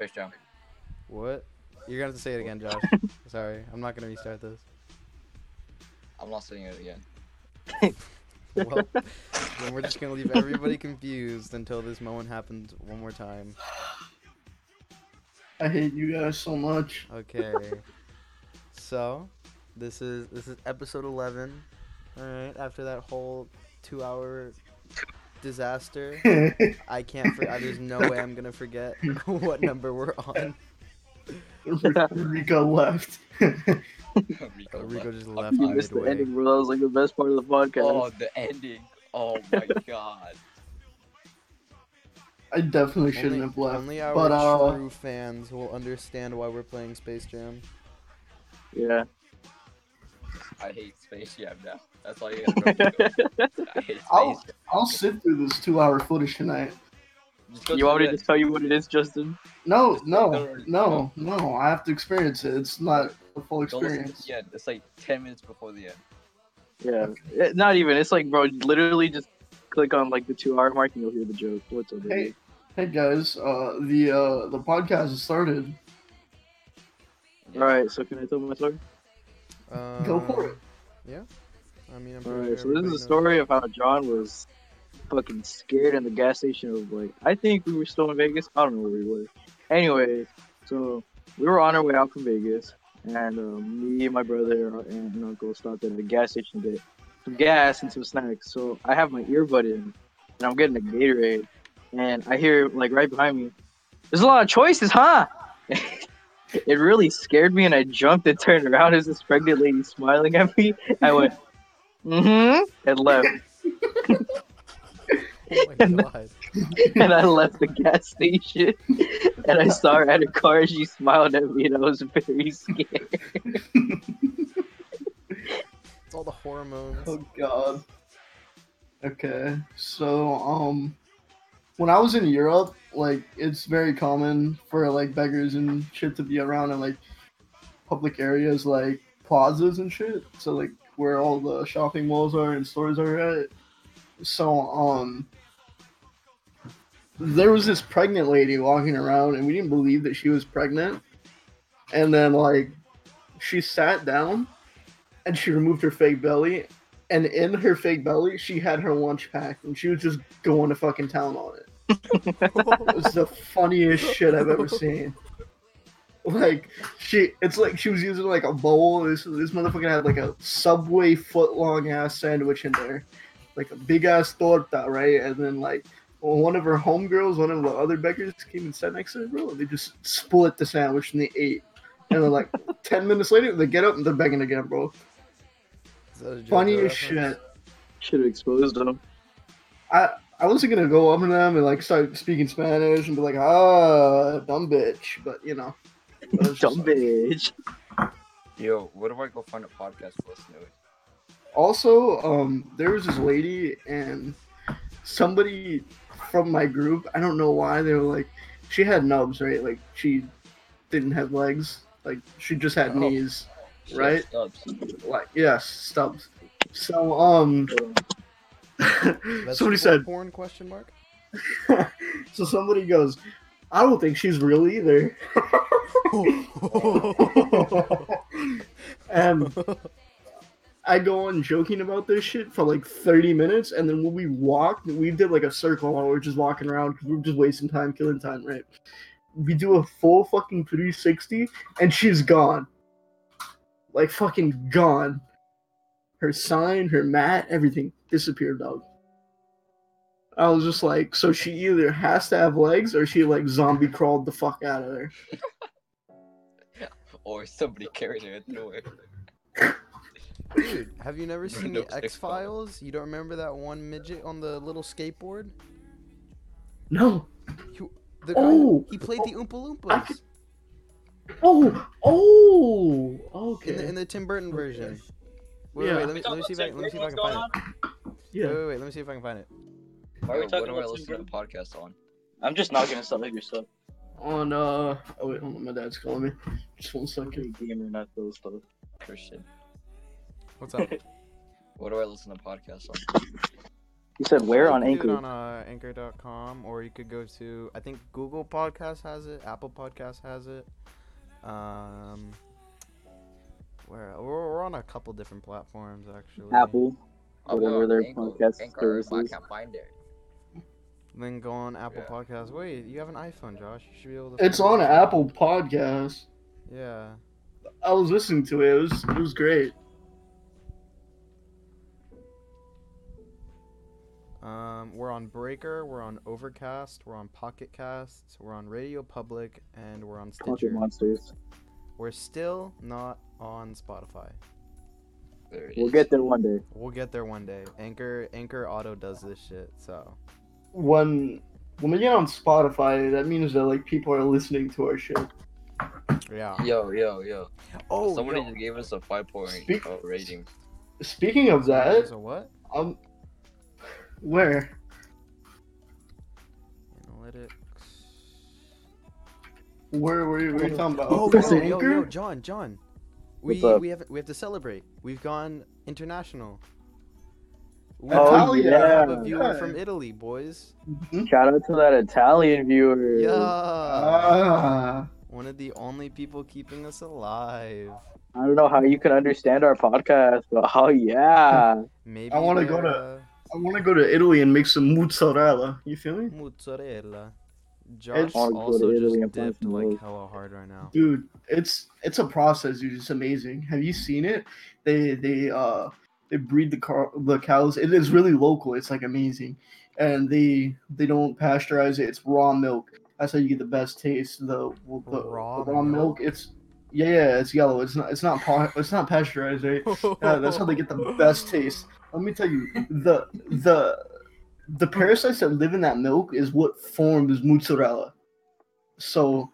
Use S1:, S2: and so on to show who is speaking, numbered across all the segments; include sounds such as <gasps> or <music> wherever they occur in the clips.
S1: Fish Joe.
S2: What? You're gonna have to say it again, Josh. Sorry, I'm not gonna restart this.
S1: I'm not saying it
S3: <laughs>
S1: again.
S2: Well, then we're just gonna leave everybody confused until this moment happens one more time.
S4: I hate you guys so much. <laughs>
S2: Okay. so, this is this is episode 11. All right. After that whole two-hour disaster, I can't. For- I, there's no way I'm gonna forget <laughs> what number we're on.
S4: Rico left. <laughs>
S1: <laughs> Rico
S2: Oh,
S1: left.
S2: Rico just
S1: Oh,
S2: left
S1: you
S2: on
S1: missed
S2: midway.
S3: bro. That was like the best part of the podcast.
S1: Oh, the ending. Oh
S3: <laughs>
S1: my god.
S4: I definitely shouldn't
S2: Only,
S4: have left.
S2: only our
S4: but uh,
S2: true fans will understand why we're playing Space Jam.
S3: yeah.
S1: I hate Space Jam now. That's all you gotta remember.
S3: <laughs>
S1: I hate Space
S4: I'll
S1: Jam.
S4: I'll sit through this two-hour footage tonight.
S1: Just go
S3: you
S1: to
S3: want me
S1: the-
S3: to just tell you what it is, Justin?
S4: No,
S1: Just
S4: no,
S1: don't-
S4: no, no. I have to experience it. It's not a full
S1: Don't listen to
S4: experience.
S1: the end. It's like 10 minutes before the end.
S3: Yeah. Eh, Not even. It's like, bro, literally just click on like the two hour mark and you'll hear the joke. What's up,
S4: Hey,
S3: baby?
S4: hey guys. Uh, the uh the podcast has started.
S1: Yeah.
S3: All right. So can I tell my story?
S2: Um,
S4: Go for it.
S2: Yeah. I mean, I'm
S3: All
S2: pretty
S3: right. So
S2: sure
S3: this
S2: everybody
S3: is a
S2: knows.
S3: story of how John was fucking scared in the gas station of like I think we were still in Vegas. I don't know where we were. Anyway, so we were on our way out from Vegas, and uh, me, and my brother, and my uncle stopped at the gas station to get some gas and some snacks. So I have my earbud in, and I'm getting a Gatorade, and I hear like right behind me, "There's a lot of choices, huh?" <laughs> it really scared me, and I jumped and turned around as this pregnant lady smiling at me. I went, "Mm-hmm," and left. <laughs>
S2: Oh
S4: <laughs>
S2: my god.
S3: and I left the gas station and I saw her at her car and she smiled at me and I was
S4: <laughs>
S3: very scared.
S2: It's all the hormones.
S4: Oh god. Okay, so um, when I was in Europe, like it's very common for like beggars and shit to be around in like public areas, like plazas and shit. So like where all the shopping malls are and stores are at. So um, there was this pregnant lady walking around, and we didn't believe that she was pregnant. And then like, she sat down, and she removed her fake belly, and in her fake belly, she had her lunch pack, and she was just going to fucking town on it. It was the funniest shit I've ever seen. Like she, it's like she was using like a bowl. This this motherfucker had like a subway foot long ass sandwich in there, like a big ass torta, right? And then like one of her homegirls, one of the other beggars, came and sat next to her, bro. And they just split the sandwich and they ate. And then like ten minutes later, they get up and they're begging again, bro.
S2: Is that a JoJo
S4: Funny as
S2: reference?
S4: shit.
S3: Should have exposed him.
S4: I wasn't gonna go up to them and like start speaking Spanish and be like, ah, dumb bitch. But you know, I
S3: <laughs>
S4: was just
S3: Dumb
S4: like-
S3: bitch.
S1: Yo, where do I go find a podcast to listen to?
S4: Also, um, there was this lady and somebody from my group. I don't know why they were like, she had nubs, right? Like she didn't have legs. Like she just had
S1: Oh.
S4: knees.
S1: Shit
S4: Right?
S1: stubs.
S4: Like yes, stubs. So um, <laughs>
S2: Vegetable
S4: somebody said.
S2: Porn question
S4: <laughs>
S2: mark?
S4: so somebody goes, I don't think she's real either. <laughs> <laughs> and Um, I go on joking about this shit for like 30 minutes, and then when we walked, we did like a circle while we are just walking around because we were just wasting time, killing time, right? We do a full fucking 360, and she's gone. Like fucking gone. Her sign, her mat, everything disappeared, dog. I was just like, so she either has to have legs or she like zombie crawled the fuck out of there.
S1: Or somebody carried it through it.
S2: Dude, have you never seen the
S1: Nope,
S2: X
S1: X-Files.
S2: Files? You don't remember that one midget on the little skateboard?
S4: No.
S2: The guy,
S4: Oh!
S2: he played the Oompa
S4: I
S2: Loompas
S4: could- Oh, oh, okay.
S2: in, the, in the Tim Burton version. Wait,
S4: Yeah.
S2: wait, let me, let me see if I, let me see if I can find it.
S4: yeah.
S2: Wait, wait, wait, let me see if I can find it.
S1: Yo,
S3: Are we
S1: where
S3: talking
S1: do I
S3: about
S1: listen to the podcast on?
S3: I'm just not gonna sell your stuff.
S4: on uh oh wait hold on my dad's calling me just one second
S3: gamer, not those stuff.
S1: Christian.
S2: What's up?
S1: What do I listen to podcasts on?
S3: You said where on
S2: You could do it
S3: Anchor?
S2: on uh, anchor.com or you could go to I think Google Podcast has it, Apple Podcast has it. Um where we're, we're on a couple different platforms actually.
S3: Apple.
S1: I'll go
S3: Whatever
S1: on
S3: their
S1: Anchor-
S3: podcast
S1: Anchor, but I
S3: services.
S1: can't find it.
S2: Then go on Apple
S1: Yeah.
S2: Podcasts. Wait, you have an iPhone, Josh. You should be able to
S4: It's on
S2: find it.
S4: Apple Podcast.
S2: Yeah.
S4: I was listening to it. It was it was great.
S2: Um, we're on Breaker, we're on Overcast, we're on Pocket Casts, we're on Radio Public, and we're on
S3: Pocket
S2: Stitcher.
S3: Monsters.
S2: We're still not on Spotify.
S1: There it
S3: We'll
S1: is.
S3: get there one day.
S2: We'll get there one day. Anchor Anchor Auto does this shit, so
S4: When when we get on Spotify, that means that like people are listening to our shit.
S2: yeah.
S1: Yo, yo, yo.
S2: Oh,
S1: Somebody
S2: yo.
S1: just gave us a 5.0
S4: Speak-
S1: rating.
S4: Speaking of that,
S2: There's a what?
S4: um, where?
S2: Analytics.
S4: Where were you, were you talking about?
S2: Oh,
S4: Anchor?
S2: yo, yo, yo, John, John. We
S3: What's up?
S2: we have we have to celebrate. We've gone international. We
S3: Oh,
S2: we have
S3: yeah.
S2: a viewer
S4: Yeah.
S2: from Italy, boys.
S4: Hmm?
S3: Shout out to that Italian viewer.
S2: Yeah.
S4: Ah,
S3: Uh,
S2: One of the only people keeping us alive.
S3: I don't know how you can understand our podcast, but oh yeah.
S2: Maybe
S4: wanna go
S2: they're, uh,
S4: I want to go to Italy and make some mozzarella. You feel me,
S2: mozzarella. Josh
S3: I'll go
S2: also
S3: to Italy
S2: just
S3: and find
S2: dipped
S3: some
S2: like
S3: work.
S2: hella hard right now.
S4: dude? It's it's a process, dude. It's amazing. Have you seen it? They they uh they breed the car the cows. It is really local. It's like amazing, and they they don't pasteurize it. It's raw milk. That's how you get the best taste. The the the
S2: Raw
S4: raw, milk.
S2: milk?
S4: It's yeah, yeah, it's yellow. It's not it's not pa- it's not pasteurized, right? Yeah, that's how they
S2: <laughs>
S4: get the best taste. Let me tell you, the the the parasites that live in that milk is what forms mozzarella. So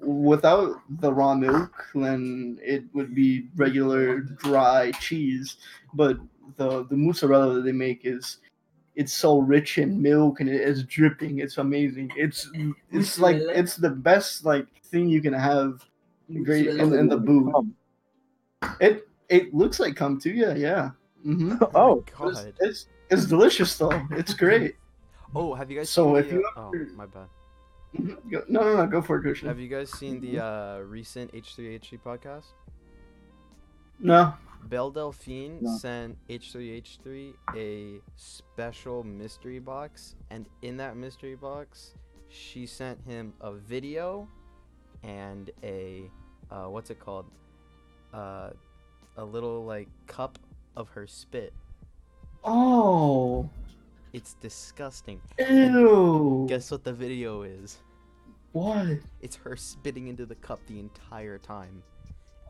S4: without the raw milk, then it would be regular dry cheese. But the the mozzarella that they make is it's so rich in milk and it is dripping. It's amazing. It's it's like
S1: Mozzarella.
S4: it's the best like thing you can have. Great <laughs> in, in the booth.
S3: Um,
S4: It it looks like come to you, yeah. hmm
S3: oh,
S2: my
S4: It's,
S2: god.
S4: it's it's delicious though.
S2: <laughs>
S4: It's great.
S2: Oh, have you guys
S4: So
S2: seen
S4: if
S2: the,
S4: you
S2: uh,
S4: ever-
S2: Oh, my bad.
S4: Mhm. Go- No, no, no. Go for it,
S2: Have
S4: Christian.
S2: you guys seen the
S4: Mm-hmm.
S2: uh, recent H3H3 podcast?
S4: No.
S2: Belle Delphine
S3: No.
S2: sent H3H3 a special mystery box, and in that mystery box, she sent him a video and a uh, what's it called? Uh, a little like cup of her spit.
S4: Oh.
S2: It's disgusting.
S4: Ew.
S2: Guess what the video is?
S4: what?
S2: It's her spitting into the cup the entire time.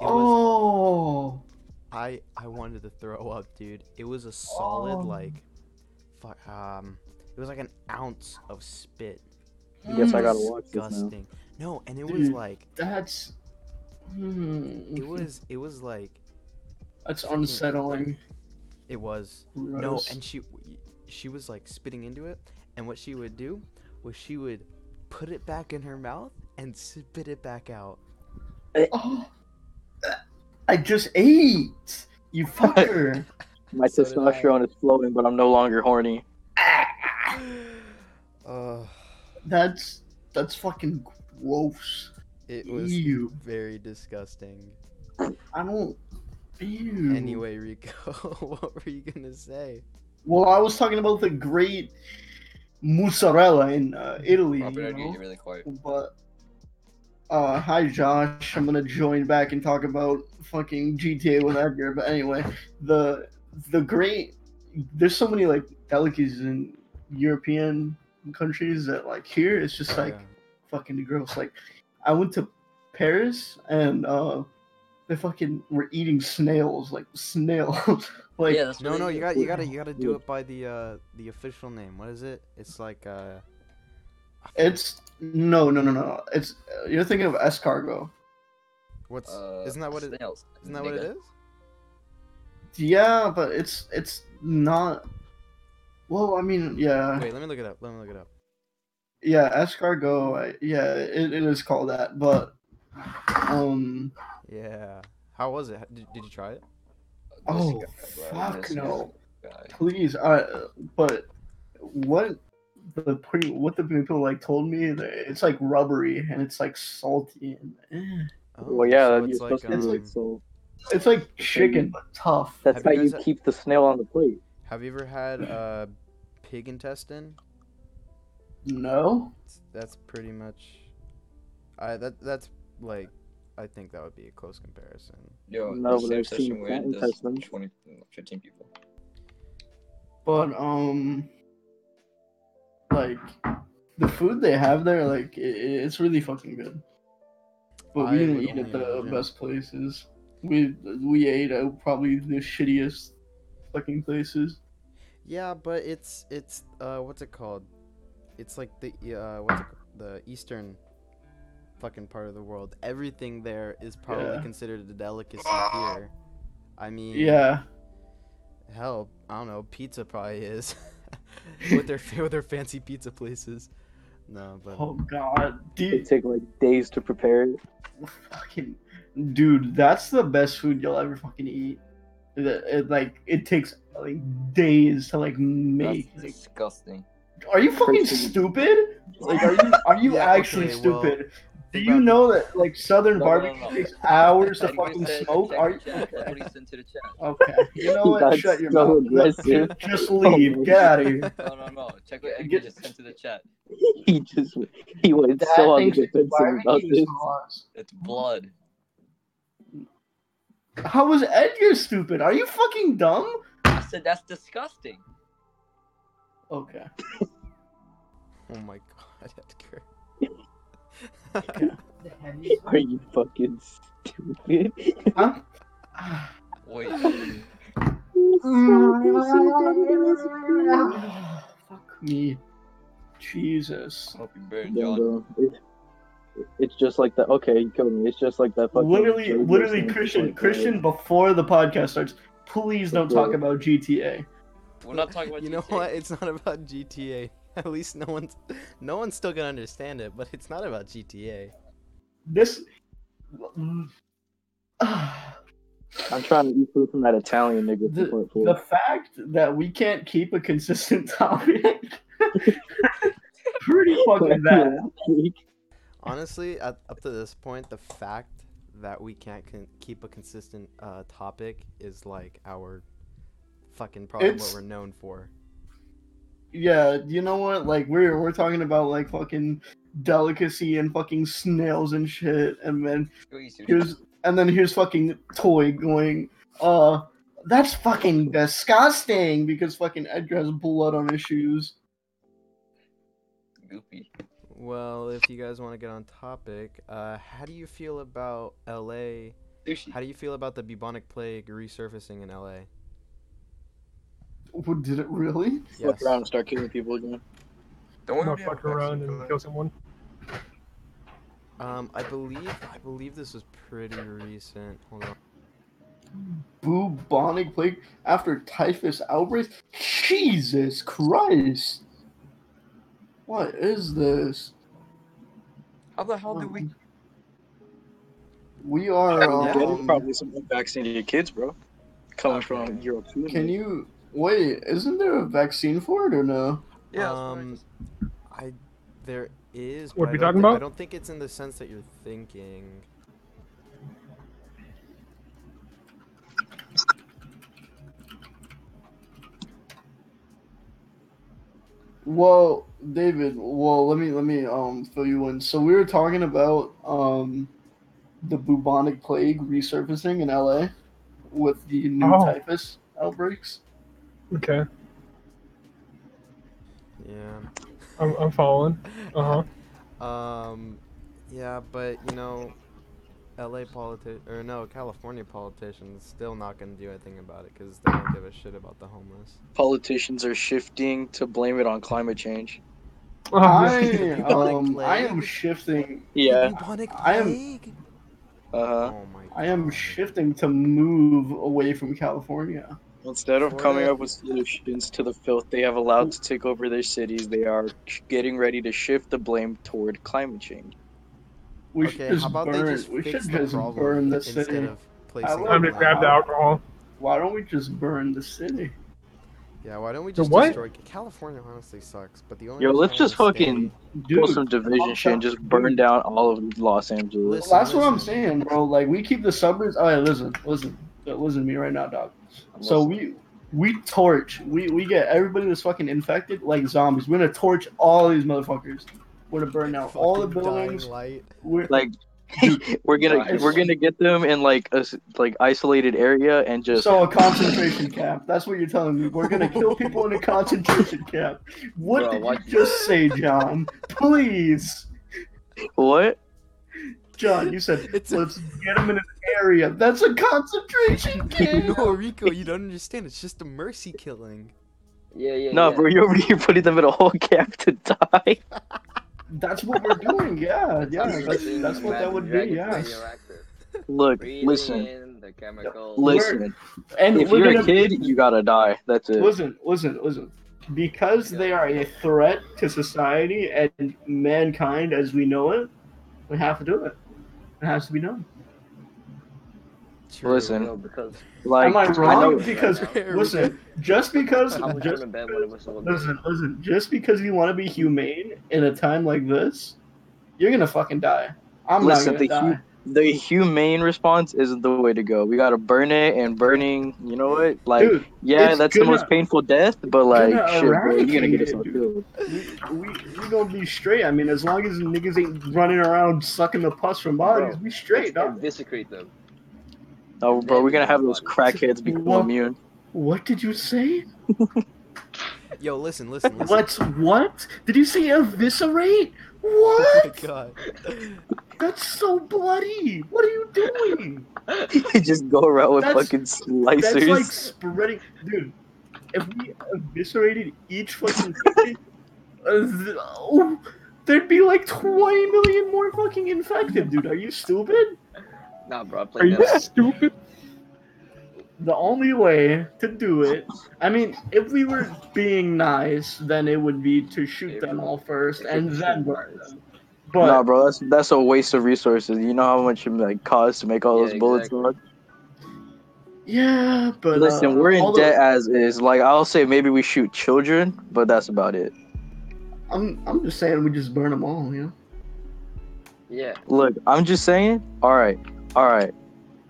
S2: It was
S4: Oh.
S2: I I wanted to throw up, dude. It was a solid
S4: Oh.
S2: like, fuck um, it was like an ounce of spit.
S3: I guess I
S4: Mm,
S3: gotta watch this now.
S2: Disgusting. No, and it was
S4: Dude.
S2: like
S4: That's. Mm,
S2: it was it was like
S4: That's unsettling.
S2: it was No,
S4: Gross.
S2: and she she was like spitting into it, and what she would do was she would put it back in her mouth and spit it back out. <sighs>
S4: Oh. I just ate.
S2: <laughs>
S4: You fucker.
S3: my
S2: So did I.
S3: testosterone is flowing, but I'm no longer horny.
S2: Uh,
S4: that's that's fucking gross.
S2: it was
S4: Ew.
S2: very disgusting.
S4: I don't. Ew.
S2: Anyway, Rico, <laughs> what were you gonna say?
S4: Well, I was talking about the great mozzarella in uh, Italy,
S1: Robert, I
S4: you
S1: need you
S4: know?
S1: really quiet.
S4: but uh, hi Josh, I'm gonna join back and talk about fucking GTA with Edgar. But anyway, the the great there's so many like delicacies in European countries that like here it's just like fucking gross. Like I went to Paris and uh they fucking were eating snails, like snails, <laughs> like
S1: yeah, that's
S2: No,
S1: what
S2: no,
S1: they
S2: you
S1: do.
S2: got, you gotta, you gotta do it by the uh, the official name. What is it? It's like uh,
S4: It's no, no, no, no. It's you're thinking of escargot.
S2: what's?
S1: Uh,
S2: isn't that what it?
S1: snails,
S2: Isn't that what it
S1: nigga.
S2: is?
S1: <laughs>
S4: Yeah, but it's it's not. Well, I mean, yeah,
S2: Wait, let me look it up. Let me look it up.
S4: yeah, escargot. I, yeah, it, it is called that, but um,
S2: Yeah. How was it? Did, did you try it?
S1: This
S4: Oh,
S1: guy, bro,
S4: fuck
S1: this
S4: no.
S1: guy. God.
S4: please. Uh, but what the pre, what the people like told me, that it's like rubbery and it's like salty and eh.
S2: Oh,
S3: well, yeah,
S2: so
S3: that's
S2: it's like,
S3: supposed to be
S2: um,
S3: like so.
S4: it's like chicken but tough.
S3: That's
S2: Have
S3: how
S2: you
S3: you
S2: guys-
S3: keep the snail on the plate.
S2: have you ever had uh, pig intestine?
S4: No,
S2: It's- That's pretty much. I that that's like, I think that would be a close comparison.
S1: Yo,
S3: No,
S1: no,
S3: but
S1: same
S3: I've seen
S1: session we had
S3: plant
S1: does
S3: intestines.
S1: 20, 15 mm, people.
S4: but um, like the food they have there, like i i- it's really fucking good. But
S2: I
S4: we didn't
S2: would
S4: eat at
S2: only
S4: the
S2: imagine.
S4: best places. We we ate at probably the shittiest fucking places.
S2: Yeah, but it's it's uh what's it called? It's like the uh what's it, the eastern fucking part of the world. Everything there is probably
S4: Yeah.
S2: considered a delicacy here. I mean,
S4: Yeah.
S2: hell, I don't know, pizza probably is <laughs> with
S4: <laughs>
S2: their with their fancy pizza places. No, but
S4: Oh god,
S3: It
S4: dude,
S3: take like days to prepare it. <laughs>
S4: fucking, dude, that's the best food you'll ever fucking eat. It, it, like it takes like days to like make.
S1: That's
S4: Like,
S1: disgusting.
S4: are you fucking
S3: Freaking-
S4: stupid? Like, are you are
S2: <laughs>
S4: you
S2: Yeah,
S4: actually
S2: okay, well,
S4: stupid? Do
S2: think
S4: you
S2: about
S4: know that like Southern
S1: No, no,
S4: barbecue
S1: no.
S4: takes hours to
S1: That's what he
S4: fucking
S1: said in the
S4: smoke?
S1: chat,
S4: Are you?
S1: chat. That's
S4: <laughs>
S1: what he sent to the chat.
S4: Okay, you know what?
S3: That's
S4: Shut your
S3: so
S4: mouth.
S3: aggressive.
S4: Just- <laughs> Just leave. Get out of here.
S1: No, no, no. Check what
S4: Yeah,
S1: Edgar
S4: get-
S1: just sent to the chat.
S3: he just he went so on the
S4: thing's
S3: defensive about
S4: barbecue
S3: this.
S4: sauce.
S1: It's blood.
S4: How was Edgar stupid? Are you fucking dumb?
S1: I said that's disgusting.
S4: Okay.
S2: Oh my god, <laughs> Edgar.
S3: <laughs> Are you fucking stupid? <laughs>
S4: Huh?
S1: <sighs>
S4: <laughs>
S1: Wait.
S4: Mm.
S3: Yeah,
S4: Fuck <sighs> me. Jesus.
S1: hope you burn, John.
S3: bro. It- It's just like that. Okay, you killed me. It's just like that. Fucking
S4: Literally,
S3: Joe
S4: literally,
S3: Jackson,
S4: Christian,
S3: like, uh,
S4: Christian. Before the podcast starts, please don't talk about GTA.
S1: We're not talking about
S2: you know
S1: GTA.
S2: what? It's not about GTA. <laughs> At least no one's no one's still gonna understand it, but it's not about GTA.
S1: <sighs>
S4: This. <sighs> the
S3: I'm trying to eat food from that Italian nigga.
S4: The-
S3: before it pulls.
S4: fact that we can't keep a consistent <laughs> topic. Pretty
S3: <laughs>
S4: fucking bad.
S2: Honestly, at, up to this point, the fact that we can't con- keep a consistent uh, topic is like our fucking problem.
S4: It's-
S2: What we're known for.
S4: Yeah, you know what? Like we're we're talking about like fucking delicacy and fucking snails and shit, and then
S1: Squeeze you.
S4: here's and then here's fucking toy going uh that's fucking disgusting because fucking edgar has blood on his shoes
S1: Goopy.
S2: Well, if you guys want to get on topic, uh, how do you feel about LA?
S1: Sushi.
S2: How do you feel about the bubonic plague resurfacing in LA?
S4: what did it really
S3: Fuck around and start killing people again.
S1: Don't
S5: Not
S1: worry
S5: fuck around and kill someone.
S2: Um, I believe I believe this was pretty recent. Hold on.
S4: bubonic plague after typhus outbreak jesus christ what is this
S1: How the hell do we?
S4: we are
S2: Yeah.
S4: um,
S3: probably some unvaccinated kids, bro. Coming from Europe. too.
S4: can you wait isn't there a vaccine for it or no
S1: Yeah.
S2: Um, I there is.
S5: What
S2: but I
S5: we
S2: don't
S5: talking
S2: thi- I
S5: about?
S2: don't think it's in the sense that you're thinking.
S4: Well, David, well, let me let me um fill you in. So we were talking about um the bubonic plague resurfacing in LA with the new
S5: Oh.
S4: typhus outbreaks.
S5: Okay,
S2: Yeah.
S5: I'm, I'm following. Uh
S2: Um, yeah, but you know, L.A. politi or no, California politicians still not gonna do anything about it because they don't give a shit about the homeless.
S3: Politicians are shifting to blame it on climate change.
S5: huh.
S2: <laughs>
S5: Uh,
S4: I
S2: Bubonic
S4: um I am
S2: plague?
S4: shifting
S3: Yeah.
S2: Bubonic
S4: I am-
S2: plague.
S3: Uh huh.
S2: oh my.
S4: I am
S2: God.
S4: shifting to move away from California.
S3: Instead of
S2: Florida-
S3: coming up with solutions to the filth they have allowed to take over their cities, they are getting ready to shift the blame toward climate change.
S4: We
S2: okay,
S4: should just
S2: how about
S4: burn.
S2: they just
S4: we
S2: fix
S4: should
S2: the
S4: just
S2: problem
S4: burn the
S2: instead
S4: city.
S2: of placing. it
S4: love
S5: <laughs> Time to
S2: on-
S5: grab the alcohol.
S4: Why don't we just burn the city?
S2: Yeah, why don't we
S5: The
S2: just
S5: what?
S2: destroy California? Honestly, sucks. But the only
S3: Yo,
S2: reason
S3: let's
S2: I
S3: just
S2: wanna stay-
S3: fucking
S4: Dude,
S3: pull some division shit and just burn down all of Los Angeles.
S2: Listen,
S4: that's what I'm
S2: listen.
S4: saying, bro. Like we keep the suburbs. All right, listen, listen, uh, listen to me right now, dog. So we we torch. We we get everybody that's fucking infected like zombies. We're gonna torch all these motherfuckers. We're gonna burn down all the
S2: Fucking
S4: buildings.
S2: Dying light.
S4: We're,
S3: Like, we're gonna
S1: Nice.
S3: we're gonna get them in like a s- like isolated area and just
S4: so a concentration camp. That's what you're telling me. We're gonna kill people in a
S3: <laughs>
S4: concentration camp. What
S1: Bro,
S4: did
S1: what-
S4: you just say, John? Please,
S3: what?
S4: John. You said
S2: It's a
S4: <laughs> let's get them in an area. That's
S1: <laughs>
S4: a concentration camp.
S2: no, Rico, you don't understand. It's just a mercy killing.
S1: Yeah, yeah.
S3: No,
S1: yeah.
S3: bro, you're over here putting them in a whole <laughs> camp to die.
S4: That's what we're doing. Yeah, Uh, yeah. That's,
S1: Breathing
S4: that's what that
S1: Imagine
S4: would be.
S1: Dragons
S4: Yeah.
S1: radioactive.
S3: Look,
S1: Breathing
S3: listen,
S1: in the chemicals.
S3: listen.
S4: And
S3: If
S4: we're
S3: you're
S4: gonna-
S3: a kid, you gotta die. That's
S4: <laughs>
S3: it.
S4: listen, listen, listen. Because they are a threat to society and mankind as we know it, we have to do it. It has to be done.
S2: True.
S3: Listen,
S1: No, because
S3: like
S4: Am I
S3: I
S4: wrong?
S3: know,
S4: because
S2: There we
S4: listen, just because,
S1: I was
S4: just,
S1: going to bed when it was a little
S4: listen, listen, just because you want to be humane in a time like this, you're gonna fucking die. I'm
S3: Listen,
S4: not
S3: the
S4: gonna die.
S3: the humane response isn't the way to go. We gotta burn it and burning. You know what? Like,
S4: Dude,
S3: yeah,
S4: it's
S3: that's the
S4: gonna-
S3: most painful death, but like,
S4: gonna
S3: shit, bro, you're gonna
S4: eradicate it,
S3: get yourself
S4: dude.
S3: killed.
S4: we we gonna be straight. I mean, as long as niggas ain't running around sucking the pus from bodies,
S1: Bro,
S4: we straight, dog.
S1: Desecrate them.
S3: Oh, bro, we're gonna have those crackheads become
S4: What? <laughs>
S3: immune. <laughs>
S4: What did you say?
S2: go. Yo, listen, listen, listen.
S4: What's what? Did you say eviscerate?
S2: <laughs> Oh my
S4: What?
S2: god.
S4: That's so bloody. What are you doing?
S3: they just go around with
S4: That's-
S3: fucking
S4: That's
S3: slicers.
S4: like spreading, dude. If we eviscerated each fucking, <laughs> thing, uh, th- oh, there'd be like twenty million more fucking infected, dude. Are you stupid?
S1: Nah, bro, I
S5: Are
S1: played
S5: you
S1: that.
S5: stupid?
S4: The only way to do it, I mean, if we were being nice, then it would be to shoot them all first and then burn them. But
S3: <laughs> nah, bro, that's that's a waste of resources. You know how much it like costs to make all
S1: Yeah,
S3: those bullets.
S1: exactly.
S3: bro?
S4: yeah, but uh,
S3: Listen, we're in
S4: all the-
S3: debt as is. Like, I'll say maybe we shoot children, but that's about it.
S4: I'm I'm just saying we just burn them all, you know.
S1: Yeah.
S3: Look, I'm just saying. All right, all right.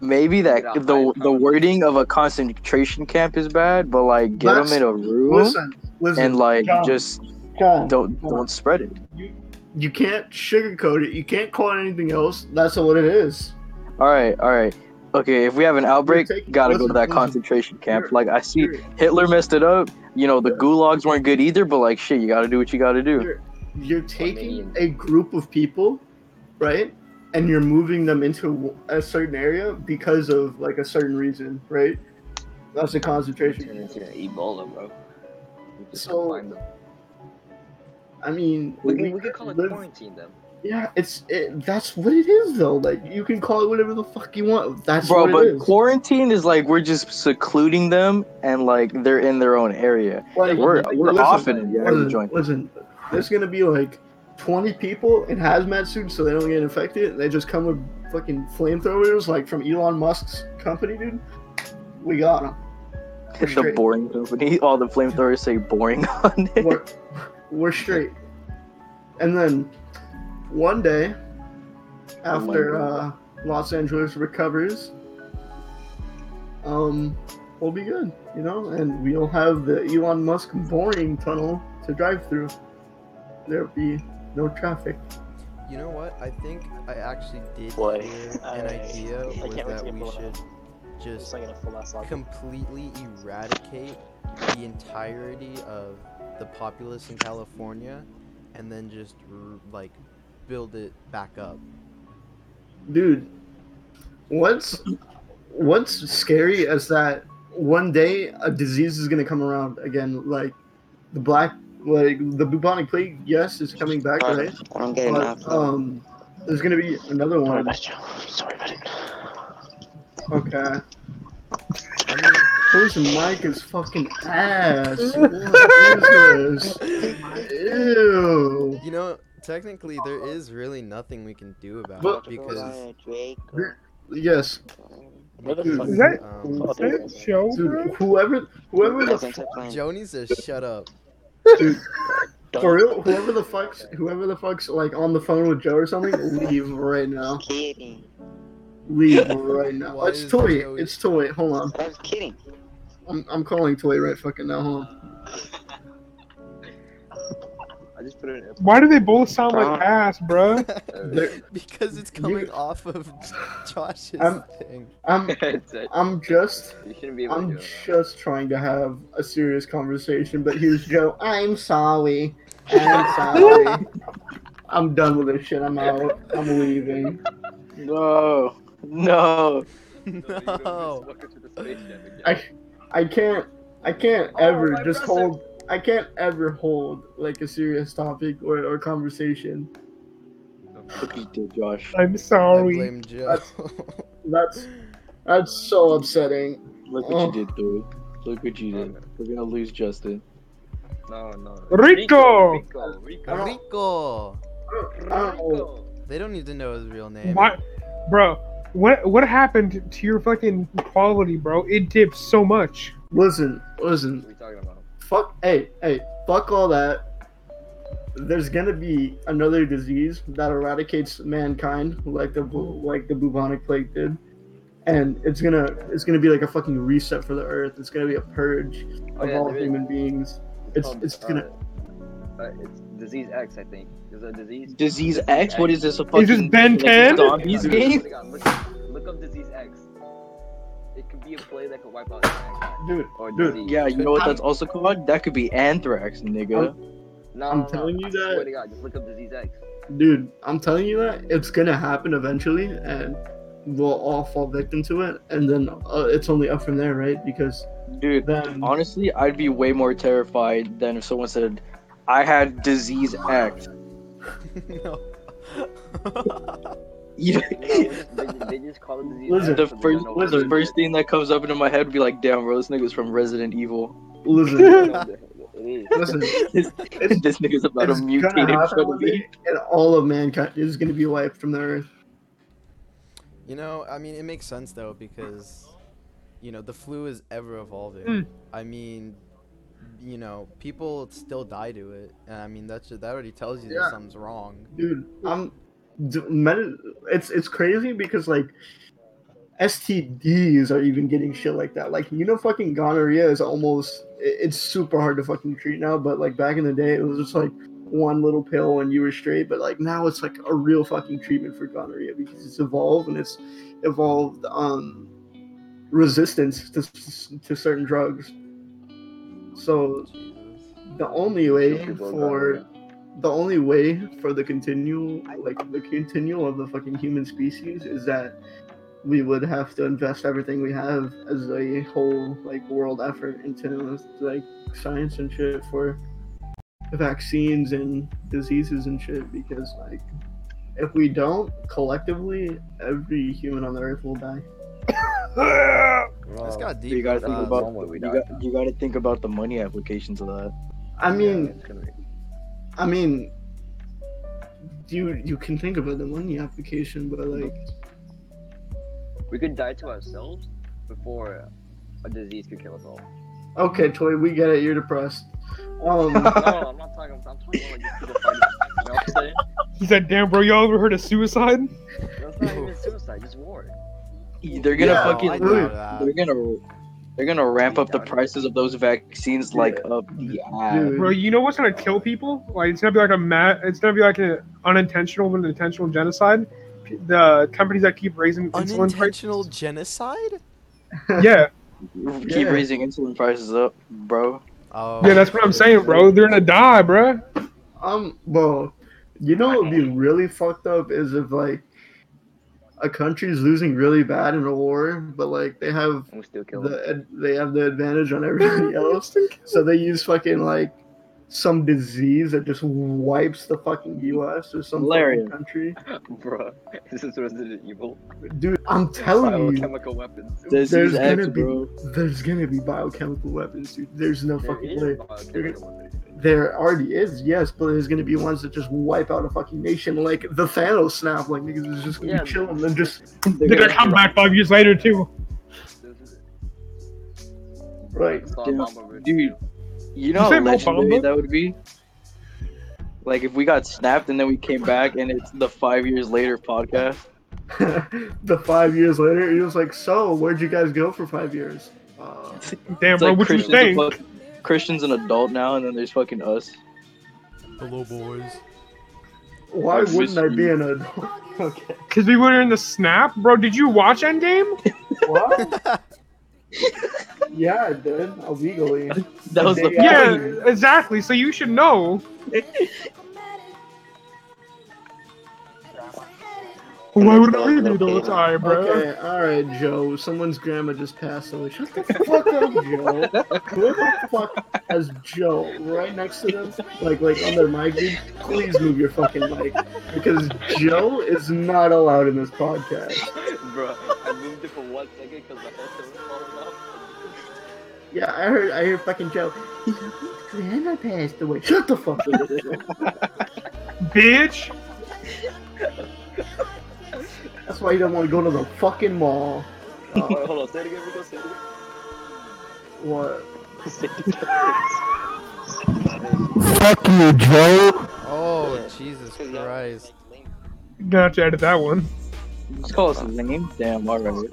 S3: Maybe that
S1: Get a
S3: the
S1: high
S3: the
S1: power.
S3: wording of a concentration camp is bad, but like get
S4: Let's-
S3: them in a room
S4: Listen, listen,
S3: and like
S4: John,
S3: just
S4: John,
S3: don't
S4: John,
S3: don't spread it.
S4: you can't sugarcoat it. You can't call it anything else. That's what it is.
S3: All right, all right. Okay, if we have an outbreak,
S4: taking-
S3: gotta go
S4: listen,
S3: to that
S4: listen.
S3: concentration camp.
S4: You're-
S3: Like I see
S4: You're,
S3: Hitler messed it up. You know the gulags weren't good either, but like shit, you gotta do what you gotta do.
S4: you're, you're taking
S1: mean-
S4: a group of people, right, and you're moving them into a certain area because of like a certain reason, right? That's a concentration.
S1: Turn into Ebola, bro. We just
S4: So,
S1: find them.
S4: I mean,
S1: We, can, we could call it
S4: live-
S1: quarantine them.
S4: Yeah, it's it, that's what it is though. Like you can call it whatever the fuck you want. That's
S3: Bro,
S4: what
S3: but
S4: it is.
S3: quarantine is like we're just secluding them and like they're in their own area.
S4: Like,
S3: We're
S4: like,
S3: we're
S4: listen,
S3: off in the area
S4: Listen,
S3: joint.
S4: listen, there's gonna be like 20 people in hazmat suits so they don't get infected. They just come with fucking flamethrowers, like from Elon Musk's company, dude. We got them.
S3: The boring company. <laughs> All the flamethrowers say boring <laughs> on it.
S4: We're, we're straight. And then one day, after uh, Los Angeles recovers, um, we'll be good, you know, and we'll have the Elon Musk boring tunnel to drive through. There'll be no traffic.
S2: You know what? I think I actually did
S6: Boy,
S2: hear
S6: I-
S2: an idea
S6: I
S2: was
S6: can't wait to
S2: that
S6: get
S2: we
S6: blown
S2: should
S6: up.
S2: just
S6: Just like in a full ass locker.
S2: completely eradicate the entirety of the populace in California and then just r- like build it back up.
S4: Dude, what's what's scary is that one day a disease is gonna come around again, like the black, like the bubonic plague. Yes, is coming back, right?
S6: I don't get
S4: But um, there's gonna be another one.
S6: Sorry about it. <laughs> Sorry about it.
S4: Okay.
S2: I mean,
S4: Who's Mike is fucking ass? What is this? Ew.
S2: you know, technically there is really nothing we can do about
S4: But-
S2: it because
S6: Drake.
S4: There- Yes,
S6: Where the
S4: Dude,
S6: fuck
S4: is
S5: that-
S2: Um,
S6: Oh,
S5: Is
S6: there it
S5: that
S6: is.
S5: show?
S4: dude. Whoever, whoever the
S6: That's
S4: fuck-
S6: inside plane.
S2: Joni says, "Shut up." <laughs>
S6: Don't-
S4: for real, whoever the fuck's, whoever the fuck's like on the phone with Joe or something, leave right now.
S6: I'm kidding.
S4: Leave right now.
S2: Why
S4: it's
S2: is
S4: Toy.
S2: Joey-
S4: It's Toy. Hold on.
S6: I'm kidding.
S4: I'm, I'm calling Toy right fucking now. Hold on.
S3: I just put it in.
S5: Why do they both sound
S6: Bruh.
S5: like ass, bro?
S2: Uh,
S4: There-
S2: because it's coming
S4: You-
S2: off of <laughs> Josh's
S4: I'm-
S2: thing.
S4: I'm
S1: <laughs> It's it.
S4: I'm just
S1: You shouldn't be able
S3: Um,
S1: to
S4: I'm
S1: do that.
S4: just trying to have a serious conversation, but here's Joe. I'm sorry. I'm sorry. I'm done with this shit. I'm out. I'm leaving.
S3: No, no.
S2: No.
S4: I I can't I can't ever
S1: my
S4: just
S1: present.
S4: hold I can't ever hold like a serious topic or, or conversation.
S3: Look at you, Josh.
S5: I'm
S2: I
S5: sorry.
S2: blame Joe. <laughs>
S4: That's that's so upsetting.
S3: Look
S5: Oh.
S3: what you did, dude. Look what you did. We're gonna lose Justin.
S1: No, no.
S5: Rico!
S1: Rico! Rico!
S2: Rico.
S4: I don't, I don't know.
S2: They don't need to know his real name.
S5: Why, bro? What what happened to your fucking quality, bro? It dipped so much.
S4: Listen, listen.
S1: What are you talking about?
S4: Fuck. Hey, hey. Fuck all that. There's gonna be another disease that eradicates mankind, like the bu- like the bubonic plague did, and it's gonna it's gonna be like a fucking reset for the earth. It's gonna be a purge
S1: Oh,
S4: of
S1: yeah,
S4: all
S1: there is-
S4: human beings. It's-
S1: called,
S4: it's gonna-
S1: uh, uh, it's disease X, I think. There's a disease.
S3: Disease X? What is this? A fucking
S5: Is this Ben
S3: like,
S5: 10?
S3: zombies game?
S1: Look, up- look up- look up disease X. It could be a play that could wipe out mankind.
S4: Dude,
S1: or
S4: dude,
S1: disease.
S3: Yeah, you know what that's also called? That could be anthrax, nigga.
S1: No,
S4: I'm
S1: no, no,
S4: telling you
S1: I swear
S4: that-
S1: to God, just look up disease
S4: <laughs>
S1: X.
S4: dude, I'm telling you that it's gonna happen eventually, and we'll all fall victim to it, and then uh, it's only up from there, right? Because
S5: Um,
S3: Dude,
S4: then
S3: honestly, I'd be way more terrified than if someone said, I had disease X.
S2: <laughs>
S3: <laughs>
S2: no.
S3: You-
S1: No, they, just- they just call it disease X.
S4: Lizard.
S3: the
S1: so they
S3: first,
S1: don't know what
S3: the
S1: it
S3: first
S1: is.
S3: thing that comes up into my head would be like, damn, bro, this nigga's from Resident Evil.
S4: listen,
S1: <laughs> It is.
S4: listen.
S3: <laughs> this, this nigga's about to
S4: It's gonna
S3: mutate in
S4: happen
S3: front of
S4: one
S3: me.
S4: day, and all of mankind is gonna be wiped from the earth.
S2: You know, I mean, it makes sense though because, you know, the flu is ever evolving.
S5: Mm.
S2: I mean, you know, people still die to it, and I mean that's ju- that already tells you
S4: Yeah.
S2: that something's wrong.
S4: dude i'm d- med- it's it's crazy because like stds are even getting shit like that like you know fucking gonorrhea is almost i- it's super hard to fucking treat now but like back in the day it was just like one little pill and you were straight but like now it's like a real fucking treatment for gonorrhea because it's evolved and it's evolved um resistance to s- to certain drugs so
S2: Jesus.
S4: the only way
S1: Kill people
S4: for the only way for the continual like the continual of the fucking human species is that we would have to invest everything we have as a whole like world effort into like science and shit for vaccines and diseases and shit because like if we don't collectively every human on the earth will die
S2: This got deep.
S3: You gotta
S2: real
S3: think
S2: fast.
S3: about
S1: one way we
S3: you,
S1: die.
S3: got, you gotta think about the money applications of that.
S4: i mean
S1: Yeah, it's gonna be-
S4: I mean, you you can think about the money application, but like,
S1: we could die to ourselves before a disease could kill us all.
S4: okay, Toy, we get it. You're depressed.
S1: <laughs>
S4: Um,
S1: No, I'm not talking. I'm talking about like just people fighting. You know what I'm saying?
S5: He said, "Damn, bro, y'all ever heard of suicide?"
S1: That's not even suicide, just war.
S3: E, They're gonna
S4: Yeah,
S3: fucking.
S2: I
S4: really-
S2: doubt
S3: They're
S2: that.
S3: gonna they're gonna ramp up the prices of those vaccines like up the ass.
S5: Bro, you know what's gonna kill people? Like it's gonna be like a ma- It's gonna be like an unintentional, but an intentional genocide. The companies that keep raising insulin prices.
S2: Unintentional genocide?
S5: Yeah,
S3: Keep
S4: Yeah.
S3: raising insulin prices up, bro.
S2: Oh,
S5: yeah, that's what I'm saying, bro. They're gonna die, bro.
S4: um, well, you know what would be really fucked up is if like a country's losing really bad in a war, but like they have
S1: And we still kill them.
S4: the ad- they have the advantage on everybody
S1: <laughs>
S4: else, so they use fucking like some disease that just wipes the fucking U.S. or some fucking
S3: Malaria.
S4: country.
S1: <laughs> Bruh, this is Resident Evil.
S4: Dude, I'm telling you.
S1: Biochemical weapons.
S3: Disease
S4: There's
S3: X,
S4: gonna be- <laughs>
S3: bro.
S4: There's gonna be biochemical weapons, dude. There's no
S1: There
S4: fucking
S1: is
S4: way.
S1: biochemical weapons.
S4: There already is, yes, but there's gonna be ones that just wipe out a fucking nation, like the Thanos snap. Like niggas is just gonna
S3: Yeah.
S4: be chilling and just <laughs>
S3: They're
S5: They're gonna
S3: gonna-
S5: come back five years later too.
S4: right.
S1: It's all
S3: Dude.
S1: Mamba Ridge,
S3: Dude. You know
S5: You
S3: how
S5: said no
S3: legendary
S5: Bamba?
S3: that would be? Like if we got snapped and then we came back and it's the five years later podcast.
S4: the five years later, he was like, "So, where'd you guys go for five years?" Uh,
S5: Damn,
S3: It's
S5: bro,
S3: like
S5: what you
S3: Christian's, a
S5: think?
S3: fuck- Christian's an adult now and then there's fucking us.
S2: Hello, boys.
S4: why
S3: Like,
S4: wouldn't I
S3: Mr.
S4: be an adult? <laughs> okay.
S5: Because we were in the snap, bro. Did you watch Endgame?
S4: What? <laughs> yeah, I did illegally.
S3: That was the
S5: Yeah,
S4: Yeah.
S5: exactly. So you should know. Why would I do all the time, bro?
S4: Okay, all right, Joe. Someone's grandma just passed away. Shut the fuck up, Joe. Who the fuck has Joe right next to them? Like, like on their mic, dude. Please move your fucking mic because Joe is not allowed in this podcast.
S1: bro. I moved it for one second because my headset was falling off.
S4: Yeah, I heard. I hear fucking Joe. His grandma passed away. Shut the fuck up. Joe.
S5: Bitch.
S4: That's why you don't want to go to the fucking mall.
S1: Oh, Wait, hold on, say it again, Rico. Say it again.
S4: What?
S2: Oh, Jesus Christ.
S5: Gonna have to edit that one.
S3: Let's call us his name. Damn, alright.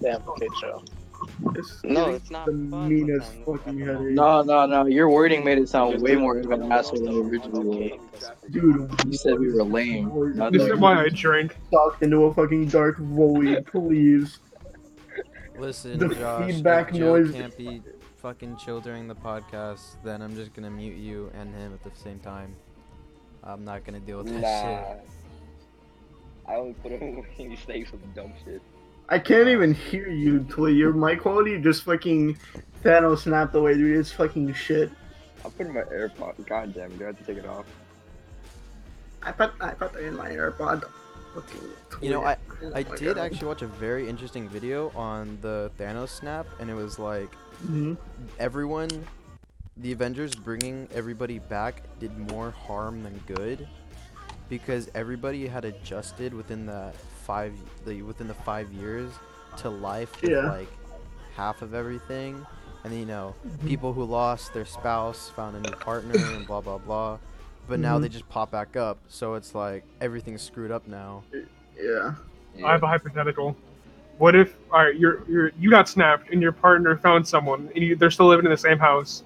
S6: Damn, okay, Joe.
S4: It's
S6: No,
S4: getting
S6: it's not
S4: the
S6: fun
S4: meanest
S6: sometimes.
S4: fucking headache.
S3: No, no, no. Your wording made it sound way more of an asshole than it originally was.
S4: Dude,
S3: You said we were lame. Not
S5: This
S3: that-
S5: is why I drink.
S4: sucked into a fucking dark void,
S2: <laughs>
S4: please.
S2: Listen,
S4: The
S2: Josh,
S4: feedback
S2: if Joe
S4: noise-
S2: can't be fucking chill during the podcast, then I'm just gonna mute you and him at the same time. I'm not gonna deal with that
S1: Nah. I only put <laughs> in any snakes with dumb shit.
S4: I can't even hear you, Tlee. Your mic quality just fucking Thanos snapped away, dude. It's fucking shit.
S1: I put in my AirPod. God damn it, dude, I have to take it off.
S4: I put I put that in my AirPod. Oh
S2: shit. You know, I I did actually watch a very interesting video on the Thanos snap, and it was like
S4: hmm
S2: everyone, the Avengers bringing everybody back did more harm than good, because everybody had adjusted within the five the within the five years to life with
S4: Yeah.
S2: like half of everything, and then, you know people who lost their spouse found a new partner and blah blah blah, but now
S4: Mhm.
S5: Mm-hmm.
S2: they just pop back up, so it's like everything's screwed up now.
S4: Yeah.
S5: I have a hypothetical. What if, alright, you're, you're, you got snapped and your partner found someone and you, they're still living in the same house.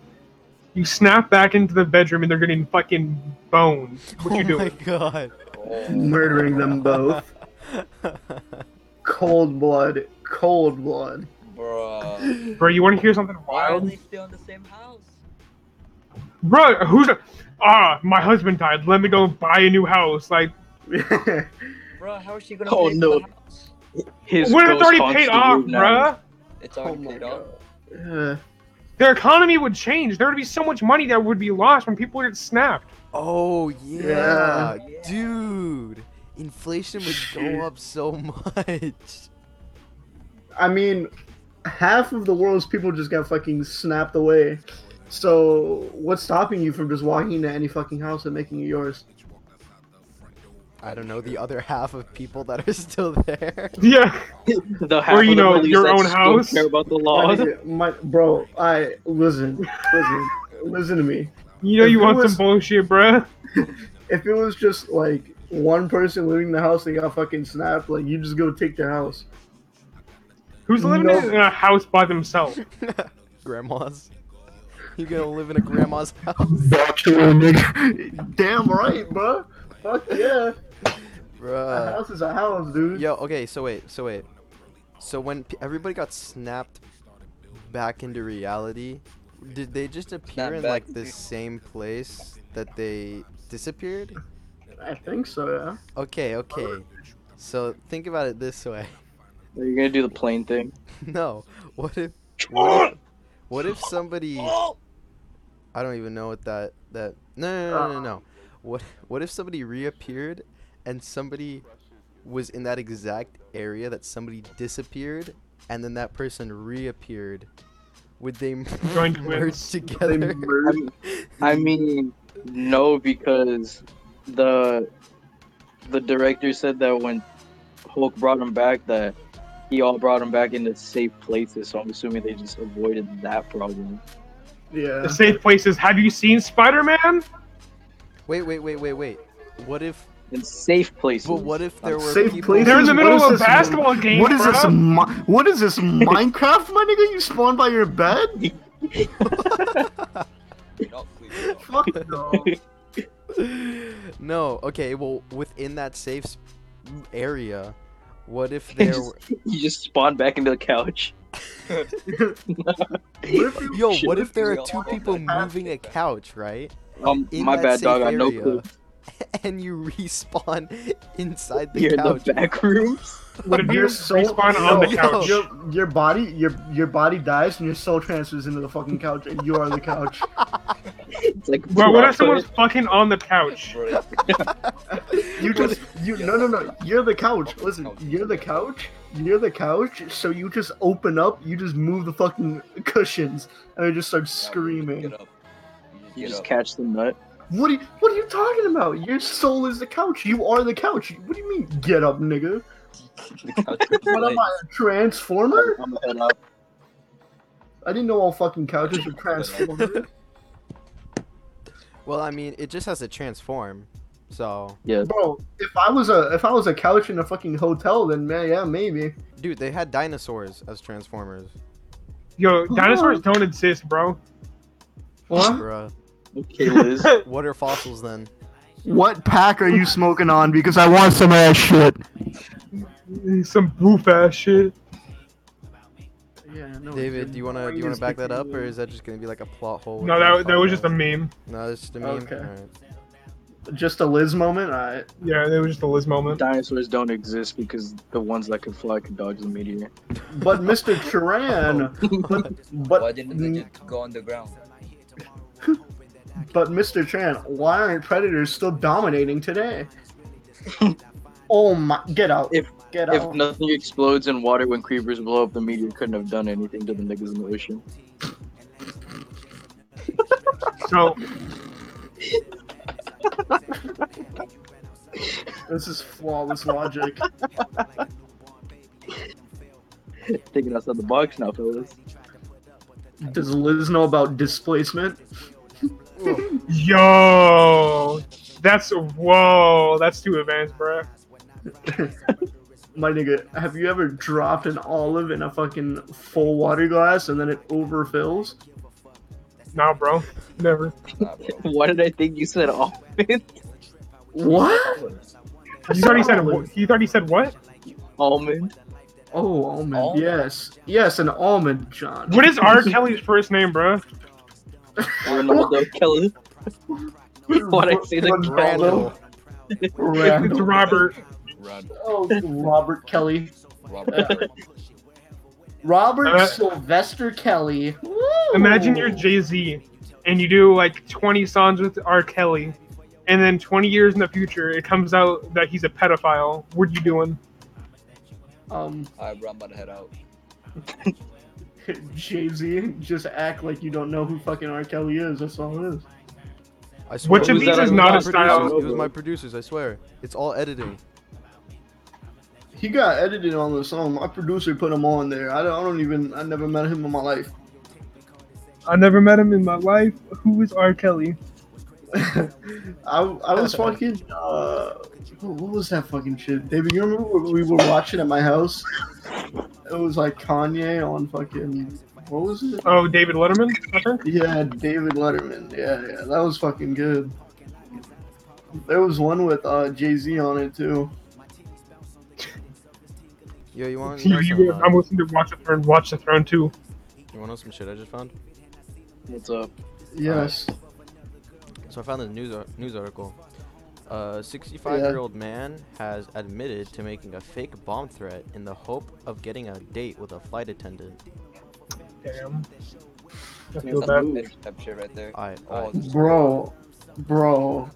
S5: You snap back into the bedroom and they're getting fucking boned. What
S4: <laughs>
S2: <laughs>
S5: you
S2: oh my
S5: doing?
S2: god.
S4: Murdering
S2: <laughs>
S4: them both. Cold blood. Cold blood. <laughs>
S1: Bro.
S5: Bro, you want to hear something
S1: Why are
S5: wild?
S1: they still in the same house?
S5: Bro, who's, ah, my husband died. Let me go buy a new house. Like,
S1: Bro, how is she gonna
S3: Oh,
S1: pay
S3: no.
S1: for the house?
S3: His
S5: when it's
S3: ghost
S5: already
S3: haunts
S5: paid
S3: the
S5: off,
S3: room now.
S5: bruh.
S1: It's
S4: oh
S1: already
S4: my
S1: paid
S4: god.
S1: off.
S4: Yeah.
S5: Their economy would change. There would be so much money that would be lost when people get snapped. <laughs>
S2: Oh yeah,
S4: Yeah.
S2: dude. Inflation would
S4: Shit.
S2: go up so much.
S4: I mean, half of the world's people just got fucking snapped away. So what's stopping you from just walking into any fucking house and making it yours?
S2: I don't know the other half of people that are still there. <laughs>
S5: Yeah.
S3: The half
S5: Or, you
S3: of the
S5: know,
S3: police
S5: your
S3: that
S5: own
S3: still
S5: house.
S3: Care about the
S4: My
S3: laws.
S4: nigga, my bro, I listen, listen, listen to me.
S5: You know
S4: If
S5: you
S4: it
S5: want
S4: was-
S5: some bullshit, bruh.
S4: If it was just like one person leaving the house, they got fucking snapped. Like you just go take their house.
S5: Who's living
S4: No.
S5: in a house by themselves?
S2: grandma's. You gonna live in a grandma's house,
S4: Fuck you, nigga. <laughs> Damn right, bro. Fuck yeah. A
S2: bruh.
S4: house is a house, dude.
S2: Uh, Yo, okay. So wait, so wait. So when p- everybody got snapped back into reality, did they just appear
S1: Snapped
S2: in
S1: back.
S2: like the same place that they disappeared?
S4: I think so. Yeah.
S2: Okay, okay. So think about it this way.
S3: Are you gonna do the plane thing?
S2: <laughs> No. What if what if, what if somebody I don't even know what that that no no no, no no
S4: Uh.
S2: no. What what if somebody reappeared and somebody was in that exact area that somebody disappeared and then that person reappeared? Would they <laughs> merge
S5: Joined twins.
S4: They
S2: together?
S4: merged.
S3: I mean, no, because the the director said that when Hulk brought him back, that he all brought him back into safe places. So I'm assuming they just avoided that problem.
S4: Yeah.
S5: The safe places. Have you seen Spider Man?
S2: Wait, wait, wait, wait, wait. What if?
S3: In safe places.
S2: But what if there were
S4: Safe
S2: people?
S4: places?
S5: They're in the
S4: What
S5: middle
S4: is
S5: of a
S4: this,
S5: basketball game.
S4: What is
S5: bro.
S4: this? Mi- what is this? Minecraft, my nigga? You spawned by your bed?
S1: Not Cleveland.
S4: <laughs> Fuck no.
S2: no. Okay. Well, within that safe s- area, what if there?
S3: Just-
S2: were...
S3: You just spawn back into the couch.
S4: if you-
S2: Yo,
S3: Shit,
S2: what if there
S1: we
S2: are
S1: all
S2: two
S1: want
S2: people
S1: that.
S2: moving a couch, right?
S3: Um,
S2: In
S3: my
S2: that
S3: bad, dog.
S2: safe
S3: I no
S2: area,
S3: clue.
S2: <laughs> And you respawn <laughs> inside the
S3: You're in
S2: couch.
S3: the back rooms.
S5: What if you
S4: Your soul-
S5: respawn on the
S2: Yo.
S5: couch?
S2: Yo.
S4: Your, your body, your your body dies, and your soul transfers into the fucking couch, and you are the couch.
S3: It's like,
S5: Bro, what
S3: bro,
S5: if someone's fucking on the couch?
S1: Bro,
S4: You just, you no no no, you're the couch. Listen, you're the couch, you're the couch. So you just open up, you just move the fucking cushions, and I just start
S1: Get
S4: screaming.
S1: up.
S3: you
S1: You
S3: just
S1: just get up.
S3: catch
S2: <laughs>
S3: the nut.
S4: What are you, what are you talking about? Your soul is the couch. You are the couch. What do you mean, get up, nigga?
S1: The couch <laughs> with your
S4: What am I,
S1: legs.
S4: a transformer?
S3: I'm gonna head out.
S4: I didn't know all fucking couches were transformers.
S2: Well, I mean, it just has to transform. So,
S3: Yeah.
S4: Bro, if I was a if I was a couch in a fucking hotel, then man, yeah, maybe.
S2: dude, they had dinosaurs as transformers,
S5: Yo, dinosaurs don't exist, bro.
S4: What?
S2: bruh.
S3: Okay, Liz.
S2: What are fossils then?
S4: What pack are you smoking on? Because I want some of that shit.
S5: Some goof ass shit.
S4: Yeah, no.
S2: David, do you wanna do you wanna back that up, or is that just gonna be like a plot hole?
S5: No,
S2: within
S5: that,
S2: the
S5: that was just a
S2: podcast?
S5: meme.
S2: No, that's just a meme.
S4: Okay.
S2: Alright.
S4: just a Liz moment? Alright.
S5: Yeah, that was just a Liz
S3: <laughs>
S5: moment.
S3: Dinosaurs don't exist because the ones that can fly can dodge the meteor.
S4: But Mr.
S2: <laughs>
S4: Turan,
S2: Oh.
S4: but
S1: Why
S4: but,
S1: didn't they
S4: Mm.
S1: just go on the ground?
S4: but Mr. Tran, why aren't predators still dominating today? oh my, get out!
S3: If-
S4: get
S3: If
S4: out!
S3: nothing explodes in water when creepers blow up, the meteor couldn't have done anything to the niggas in the ocean.
S5: So,
S4: This is flawless logic.
S3: Thinking outside the box now, fellas. <laughs>
S4: Does Liz know about displacement?
S5: yo, that's whoa, that's too advanced, bro.
S4: My nigga, have you ever dropped an olive in a fucking full water glass and then it overfills?
S5: Nah, bro, never.
S1: Nah, bro.
S3: Why did I think you said almonds?
S4: What?
S5: You already said what? You already said what?
S3: Almond?
S4: Oh, almond.
S1: Almond?
S4: Yes, yes, an almond, John.
S5: What is R. Kelly's first name, bro?
S4: <laughs>
S3: Ronaldo <laughs> Kelly? What I say the
S2: Randall.
S5: It's
S4: Randall.
S5: Robert.
S1: Run.
S4: <laughs> Oh, Robert Kelly. <laughs>
S1: Robert.
S4: Robert
S5: Uh,
S4: Sylvester Kelly.
S5: Imagine you're Jay Z and you do like 20 songs with R. Kelly, and then 20 years in the future, it comes out that he's a pedophile. What are you doing?
S4: um <laughs>
S1: I run my head out.
S4: Jay Z. Just act like you don't know who fucking R. Kelly is. That's all it is.
S2: I swear.
S3: of
S5: Which
S2: it was
S3: these
S2: my-
S3: is
S2: it was
S3: not
S2: my
S3: a style?
S2: producers, It was my producers. I swear. It's all editing.
S4: He got edited on the song. My producer put him on there. I don't, I don't even. I never met him in my life.
S5: I never met him in my life. Who is R. Kelly?
S4: I, I was fucking. Uh, what was that fucking shit, David? You remember what we were watching at my house? It was like Kanye on fucking. What was it?
S5: Oh, David Letterman, I think.
S4: Yeah, David Letterman. Yeah, yeah, that was fucking good. There was one with uh, Jay Z on it too.
S2: Yo, you want? You
S5: You,
S2: want
S5: you
S2: some,
S5: guys,
S2: uh,
S5: I'm listening to Watch the Throne, Watch the Throne too.
S2: you want to know some shit I just found?
S3: What's up?
S4: Yes.
S2: So I found a news ar- news article. A 65 year old man has admitted to making a fake bomb threat in the hope of getting a date with a flight attendant.
S5: Damn. I feel
S1: That's
S5: bad.
S1: that type shit right there.
S2: I,
S1: Oh,
S2: I
S1: this-
S4: Bro, bro,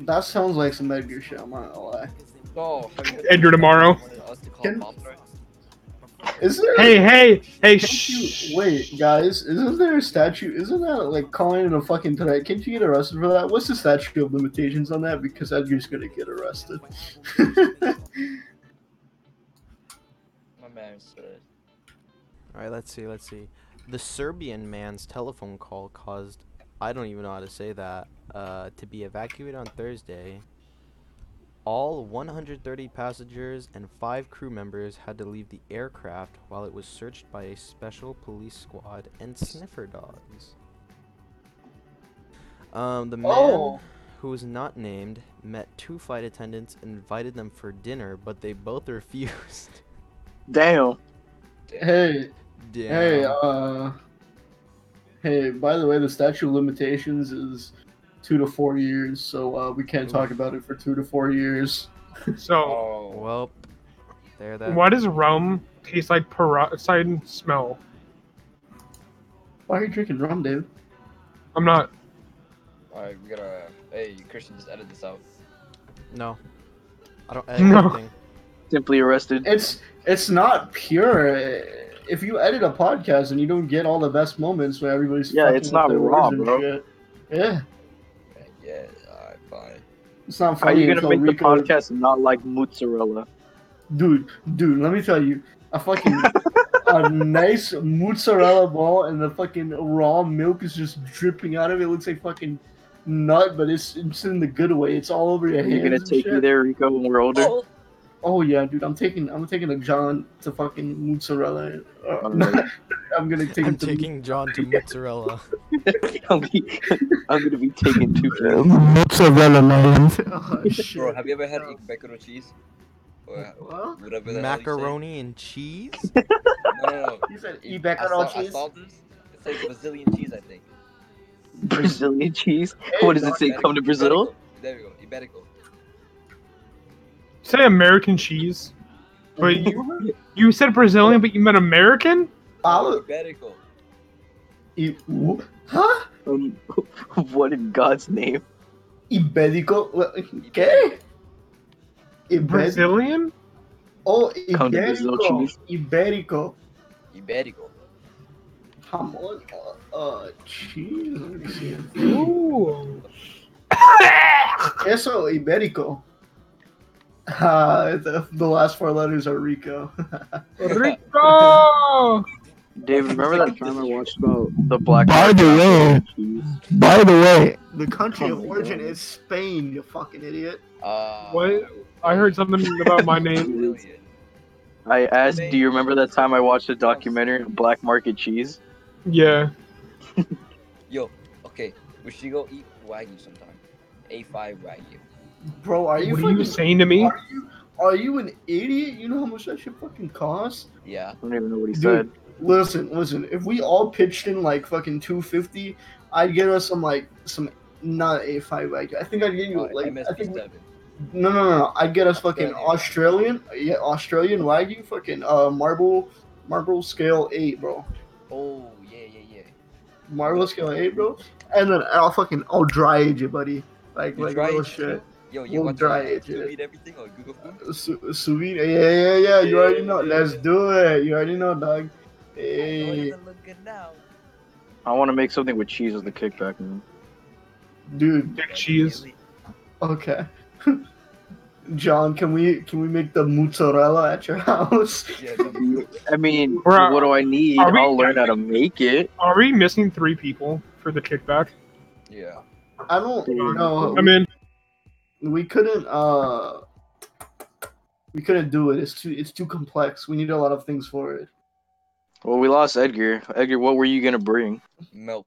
S4: that sounds like some Edgar shit. I'm not gonna lie.
S1: Oh, have you-
S5: Edgar tomorrow.
S1: Wanted us to call
S4: Can-
S1: bomb threats?
S4: Is there?
S5: Hey, hey, hey,
S4: Can't
S5: shh.
S4: you, wait, guys, isn't there a statute? Isn't that like calling in a fucking tonight? Can't you get arrested for that? What's the statute of limitations on that? Because I'm just gonna get arrested. <laughs>
S1: My man said.
S2: All right, let's see, let's see. The Serbian man's telephone call caused, I don't even know how to say that, uh, to be evacuated on Thursday. All 130 passengers and five crew members had to leave the aircraft while it was searched by a special police squad and sniffer dogs. Um, the man
S4: Oh.
S2: who was not named met two flight attendants and invited them for dinner, but they both <laughs> refused.
S3: Damn.
S4: hey,
S2: Damn.
S4: hey, uh, hey. By the way, the statute of limitations is two to four years, so uh, we can't talk about it for two to four years.
S5: So,
S1: Oh,
S2: Well, there that.
S5: why does rum taste like peroxide and smell?
S4: Why are you drinking rum, dude?
S5: I'm not.
S1: alright, we gotta. Hey, Christian, just edit this out.
S2: No. I don't edit
S5: No.
S2: anything.
S3: Simply arrested.
S4: It's it's not pure. If you edit a podcast and you don't get all the best moments where everybody's
S3: Yeah,
S4: fucking
S3: it's
S4: with
S3: not
S4: their
S3: raw,
S4: words and
S3: bro.
S4: shit. Yeah,
S1: Yeah, alright, fine.
S4: it's not
S3: How are
S4: funny.
S3: you gonna
S4: until
S3: make the
S4: Rico-
S3: podcast not like mozzarella?
S4: dude? Dude, let me tell you, a
S3: <laughs>
S4: fucking a nice mozzarella ball and the fucking raw milk is just dripping out of it. It looks like fucking nut, but it's it's in the good way. It's all over your
S3: Are
S4: hands.
S3: you gonna
S4: and
S3: take
S4: shit.
S3: me there, Rico, when we're older?
S4: Oh yeah, dude, I'm taking I'm taking a John to fucking mozzarella. Uh,
S3: <laughs> Alright.
S4: <laughs> I'm gonna take
S2: I'm
S4: him to
S2: taking John to mozzarella.
S3: I'll be, I'm gonna be taken
S4: <laughs>
S3: to
S4: mozzarella land. Oh, shit.
S1: Bro, have you ever had like, macaroni cheese? Or
S4: What?
S1: whatever the hell you say?
S2: Macaroni and cheese?
S1: No, no, no.
S4: He said
S1: You-
S4: eat back on
S1: I
S4: all
S1: saw- I
S4: cheese.
S1: saw this. It's like Brazilian cheese, I think.
S3: Brazilian cheese. What does it say? Come to Brazil?
S1: Iberico. There we go. Iberico.
S5: Say American cheese. But you, you said Brazilian, but you meant American?
S4: Olive.
S1: Iberico.
S4: E- wh- huh?
S3: Um, <laughs> what in God's name?
S4: Ibérico? Wha- ¿Qué? Ibérico.
S5: Brazilian?
S4: Oh,
S3: Come to Brazil
S4: Ibérico.
S3: cheese.
S4: Ibérico.
S1: Iberico.
S4: Jamón. Uh, uh, cheese. Let me see.
S5: Ooh.
S4: Queso Ibérico. Uh, the, the last four letters are Rico.
S5: Rico!
S3: David, remember that time I watched about the black
S4: By the way.
S3: cheese?
S4: By the way, the country of
S3: Oh my
S4: origin
S3: God.
S4: is Spain, you fucking idiot.
S1: Uh,
S5: What? I heard something about my name.
S1: Brazilian.
S3: I asked, do you remember that time I watched a documentary on black market cheese?
S5: Yeah.
S1: Yo, okay. We should go eat wagyu sometime. A5 wagyu.
S4: Bro, are you
S5: What are you
S4: fucking-
S5: saying to me?
S4: Are you, are you an idiot? You know how much that shit fucking costs?
S1: Yeah.
S3: I don't even know what he
S4: Dude.
S3: said.
S4: Listen, listen. If we all pitched in like fucking two fifty, I'd get us some like some not a five like I think I'd get you
S1: Uh,
S4: like Oh, I think,
S1: MSP7.
S4: no no no no. I'd get us fucking
S1: Australian.
S4: Australian yeah Australian wagyu fucking uh marble marble scale eight bro
S1: Oh, yeah, yeah, yeah.
S4: marble scale eight bro and then I'll fucking I'll dry age it buddy like
S1: You
S4: like
S1: dry
S4: real
S1: age it,
S4: shit
S1: Yo, you
S4: We'll
S1: want
S4: dry
S1: to
S4: it, yeah.
S1: eat everything or Google food?
S4: Su- sous vide yeah yeah yeah you already know let's do it you already know dog
S1: Oh,
S4: hey.
S1: you look good now.
S3: I want to make something with cheese as the kickback. Man.
S4: dude
S5: Dick cheese.
S4: Okay. John, can we can we make the mozzarella at your <laughs> house?
S1: Yeah, no,
S3: I mean,
S5: Bruh,
S3: what do I need?
S5: are we-
S3: I'll learn how to make it.
S5: Are we missing three people for the kickback?
S1: yeah.
S4: I don't know.
S5: I mean,
S4: We couldn't uh we couldn't do it. It's too it's too complex. We need a lot of things for it.
S3: Well, we lost Edgar. Edgar, what were you gonna bring?
S1: Milk.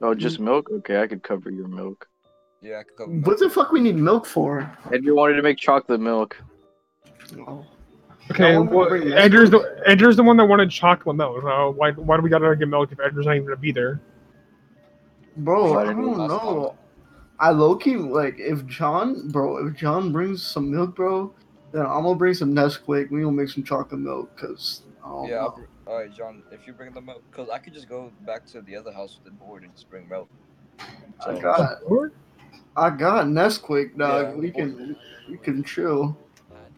S3: Oh, just milk. Okay, I could cover your milk.
S1: Yeah, I could cover milk.
S4: What the fuck we need milk for?
S3: Edgar wanted to make chocolate milk.
S4: Oh.
S5: okay,
S4: No, I'm gonna
S5: well,
S4: bring this
S5: Edgar's
S4: one.
S5: the, Edgar's the one that wanted chocolate milk. So why, why do we gotta get milk if Edgar's not even gonna be there?
S4: Bro,
S3: Why
S4: I
S3: didn't we
S4: don't
S3: last
S4: know. I low key like if John bro, if John brings some milk, bro, then I'm gonna bring some Nesquik. We gonna make some chocolate milk, cause oh I don't
S1: Yeah,
S4: know.
S1: I'll br- all right, John. If you bring the milk, because I could just go back to the other house with the board and just bring milk.
S4: I got I got Nesquik, dog.
S1: Yeah.
S4: we can we can chill.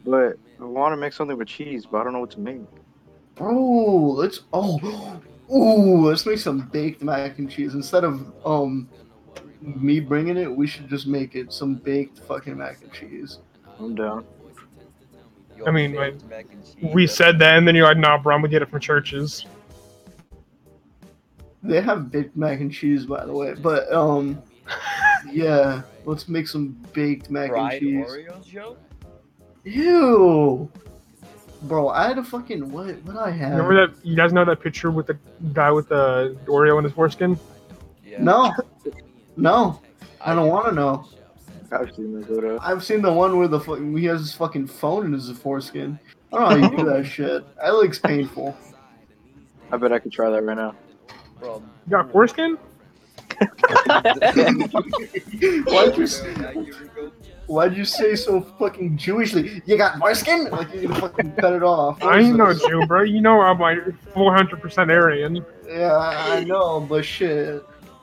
S3: But want to make something with cheese, but I don't know what to make.
S4: Oh, let's oh, ooh, let's make some baked mac and cheese instead of um me bringing it. We should just make it some baked fucking mac and cheese.
S3: I'm down.
S1: Your
S5: I mean,
S1: baked mac and cheese. uh,
S5: We said that, and then you're like, nah, bro, I'm gonna get it from churches.
S4: They have baked mac and cheese, by the way.
S1: <laughs>
S4: But um, yeah, let's make some baked mac
S1: fried
S4: and cheese.
S1: Oreos, Joe.
S4: Ew, bro, I had a fucking what? What I had?
S5: Remember that? You guys know that picture with the guy with the Oreo in his foreskin?
S1: Yeah. <laughs>
S4: No, no, I don't
S1: did.
S4: want to know.
S3: I've seen this photo.
S4: I've seen the one where the fu- he has his fucking phone in his foreskin. I don't know how you do that shit. That looks painful.
S3: I bet I could try that right now. <laughs>
S4: <laughs>
S1: Bro, <laughs>
S5: You got foreskin?
S4: Why'd
S1: <laughs>
S4: you, s-
S1: Now you go-
S4: why'd you say so fucking Jewishly? You got foreskin? Like you're gonna fucking cut it off. What
S5: I
S4: is
S5: ain't no
S4: this?
S5: Jew, bro. You know I'm like 400% Aryan.
S4: <laughs> Yeah, I I know, but shit.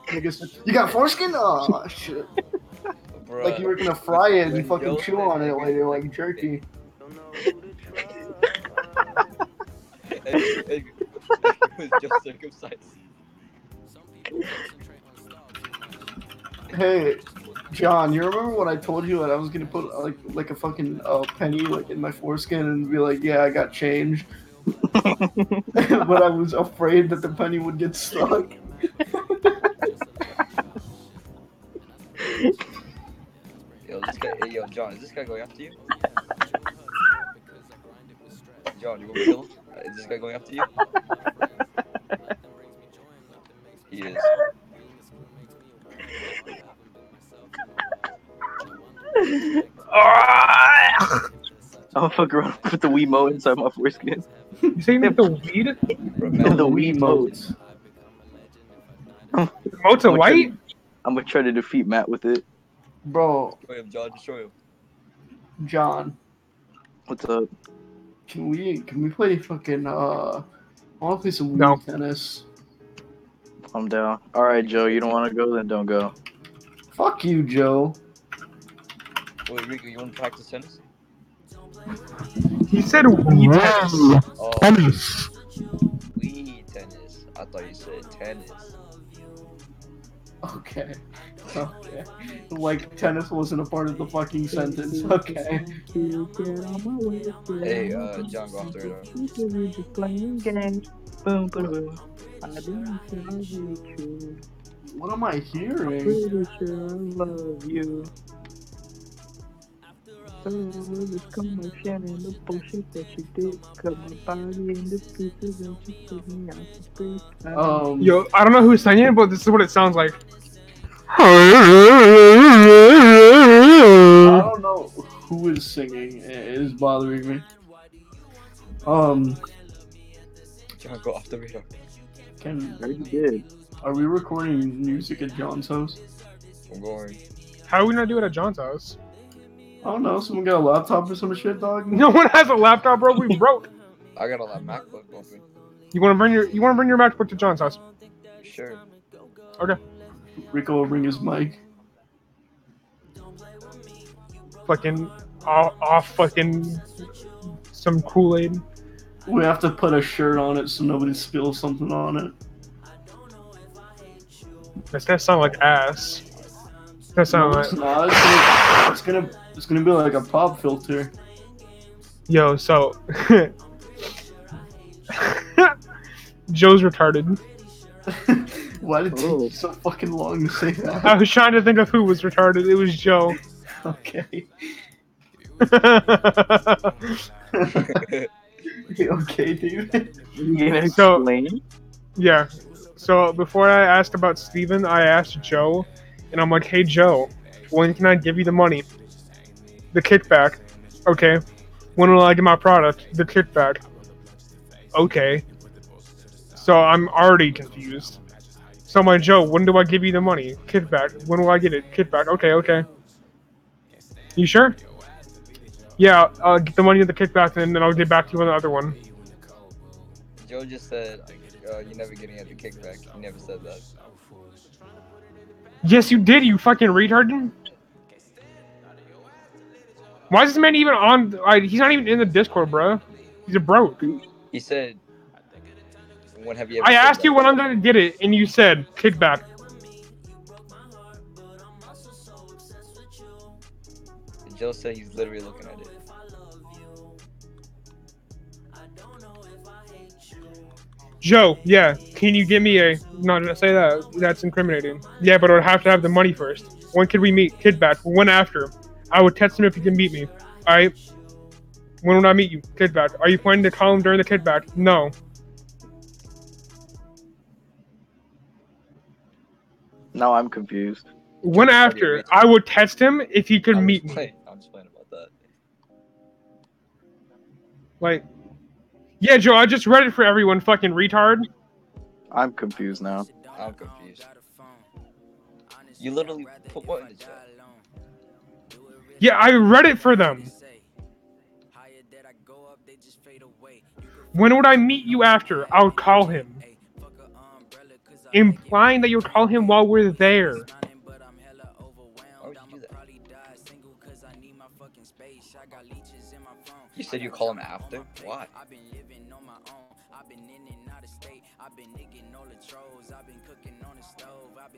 S4: Niggas, you got foreskin? Oh shit!
S1: Bruh.
S4: Like
S1: <laughs>
S4: you were gonna fry it and
S1: When
S4: fucking
S1: Joe
S4: chew
S1: said
S4: on it
S1: niggas-
S4: later, like jerky.
S1: It- it- <laughs> it was just circumcised.
S4: Hey, John, you remember when I told you that I was gonna put like like a fucking uh, penny like in my foreskin and be like, yeah, I got
S5: <laughs>
S4: change, but I was afraid that the penny would get stuck.
S1: Yo, this guy, hey, yo, John, is this guy going after you? John, you want to kill him? Uh, Is this guy going after you?
S4: <laughs>
S1: He is.
S3: I'm gonna fuck around and put the Wiimote inside my foreskin.
S5: You saying that the weed?
S1: <laughs> Remember,
S3: the Wiimote.
S5: Moats are
S3: Which
S5: white?
S3: I'm gonna try to defeat Matt with it.
S4: bro.
S1: destroy him, John, destroy him.
S4: John,
S3: What's up?
S4: can we can we play fucking uh? I want to play some Wii
S5: No.
S4: tennis.
S3: I'm down. All right, Joe. You don't want to go? Then don't go.
S4: Fuck you, Joe.
S1: Wait, Rico, you want to practice tennis?
S5: He said weed. tennis.
S1: Oh,
S5: Tennis.
S1: we tennis. I thought you said tennis. <laughs>
S4: Okay. Okay. Like tennis wasn't a part of the fucking sentence. Okay.
S1: Hey, uh, John, go off the radar. uh,
S3: Boom, boom, boom.
S4: What am I hearing? Um.
S5: Yo, I don't know who's saying it, but this is what it sounds like.
S4: I don't know who is singing. It is bothering me. Um,
S1: John, go off the radar.
S4: can
S3: Very good.
S4: are we recording music at John's house?
S1: I'm going.
S5: How do we not do it at John's house? <laughs>
S4: I don't know. Someone got a laptop or some shit, dog.
S5: No one has a laptop, bro. We broke.
S1: I got a lot of MacBook open.
S5: You want to bring your you want to bring your MacBook to John's house?
S1: Sure.
S4: Rico will bring his mic.
S5: Fucking off, off fucking some Kool Aid.
S4: We have to put a shirt on it so nobody spills something on it.
S5: That's that sound like ass. That
S4: No,
S5: sound like
S4: it's not. It's gonna, it's gonna, it's gonna be like a pop filter. <laughs>
S5: yo. So <laughs> Joe's retarded.
S4: Why did it take
S3: Oh.
S4: you so fucking long to say that? <laughs>
S5: I was trying to think of who was retarded. It was Joe. <laughs>
S4: Okay. <laughs>
S1: Wait,
S4: okay, dude.
S3: You gonna
S5: So-
S3: explain?
S5: Yeah. So before I asked about Steven, I asked Joe, and I'm like, hey, Joe, when can I give you the money? The kickback. Okay. When will I get my product? The kickback. Okay. So I'm already confused. So my Joe, when do I give you the money? Kickback. When will I get it? Kickback. Okay, okay. You sure? Yeah, I'll get the money of the kickback and then I'll get back to you on the other one.
S1: Joe just said, uh, you're never getting at the kickback. He never said that.
S5: Yes, you did, you fucking retard. Why is this man even on? Like, he's not even in the Discord, bro. He's a broke.
S1: He said, "When have you?" Ever
S5: I
S1: said
S5: asked
S1: that?
S5: you when I'm gonna get it, and you said kickback.
S1: Jill said he's literally looking at it.
S5: Joe, yeah, can you give me a? No, did I say that? That's incriminating. Yeah, but I would have to have the money first. When could we meet? Kidback. When after? I would text him if he can meet me. All right. When would I meet you? Kidback. Are you planning to call him during the kidback? No.
S3: Now I'm confused.
S5: When after? I would text him if he could
S1: I'm
S5: meet
S1: just
S5: me.
S1: playing- I'm just playing about that.
S5: Like, yeah, Joe, I just read it for everyone. Fucking retard.
S3: I'm confused now.
S1: I'm confused. You literally put what in the chat?
S5: Yeah, I read it for them. When would I meet you after? I would call him. Implying that you would call him while we're there.
S1: Why would you do that? You said you call him after? Why?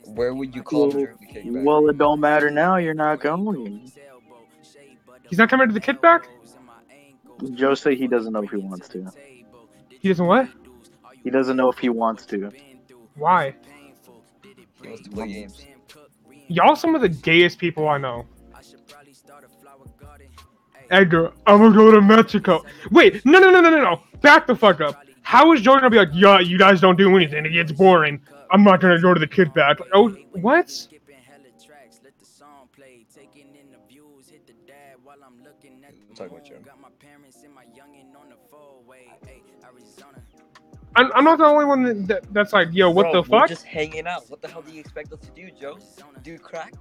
S1: Where would you call him during the kickback?
S3: Well, it don't matter now. You're not going.
S5: He's not coming to the kickback?
S3: Joe said he doesn't know if he wants to.
S5: He doesn't what?
S3: He doesn't know if he wants to.
S5: Why?
S1: He wants to play games.
S5: Y'all some of the gayest people I know. Edgar, I'm gonna go to Mexico. Wait, no, no, no, no, no, no. Back the fuck up. How is Joe gonna be like, yeah, you guys don't do anything. It gets boring. I'm not gonna go to the kickback. Oh, what?
S1: I'm talking about you.
S5: I'm, I'm not the only one that, that- that's like, yo, what
S1: Bro,
S5: the
S1: we're
S5: fuck?
S1: just hanging out. What the hell do you expect us to do, Joe? Do
S3: <laughs>
S1: crack?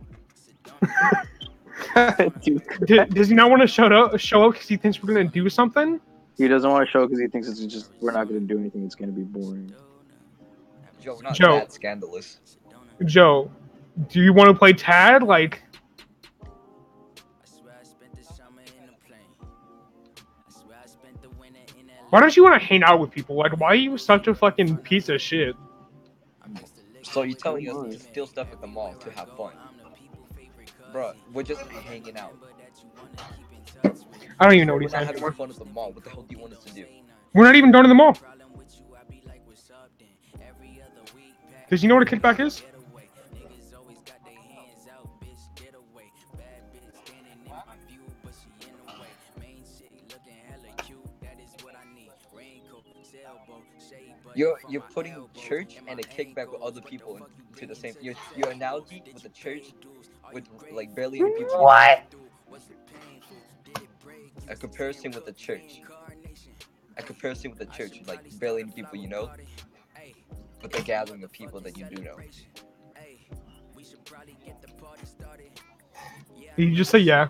S5: D- does he not want to show up? Show up because he thinks we're gonna do something?
S3: he doesn't want to show because he thinks it's just we're not going to do anything. It's going to be boring.
S1: Joe, we're not
S5: Joe.
S1: that scandalous.
S5: Joe, do you want to play Tad? Like, why don't you want to hang out with people? Like, why are you such a fucking piece of shit?
S1: So you're telling us to steal stuff at the mall to have fun? Bro, we're just hanging out.
S5: I don't even know what
S1: We're
S5: he's
S1: not
S5: saying.
S1: having fun at the mall. What the hell do you want us to do?
S5: We're not even going to the mall. Does you know what a kickback is?
S1: You're you're putting church and a kickback with other people into the same. Your your analogy with the church, with like barely any people.
S6: What?
S1: A comparison with the church. A comparison with the church, like barely any people you know, but the gathering of people that you do know.
S5: You just say yeah.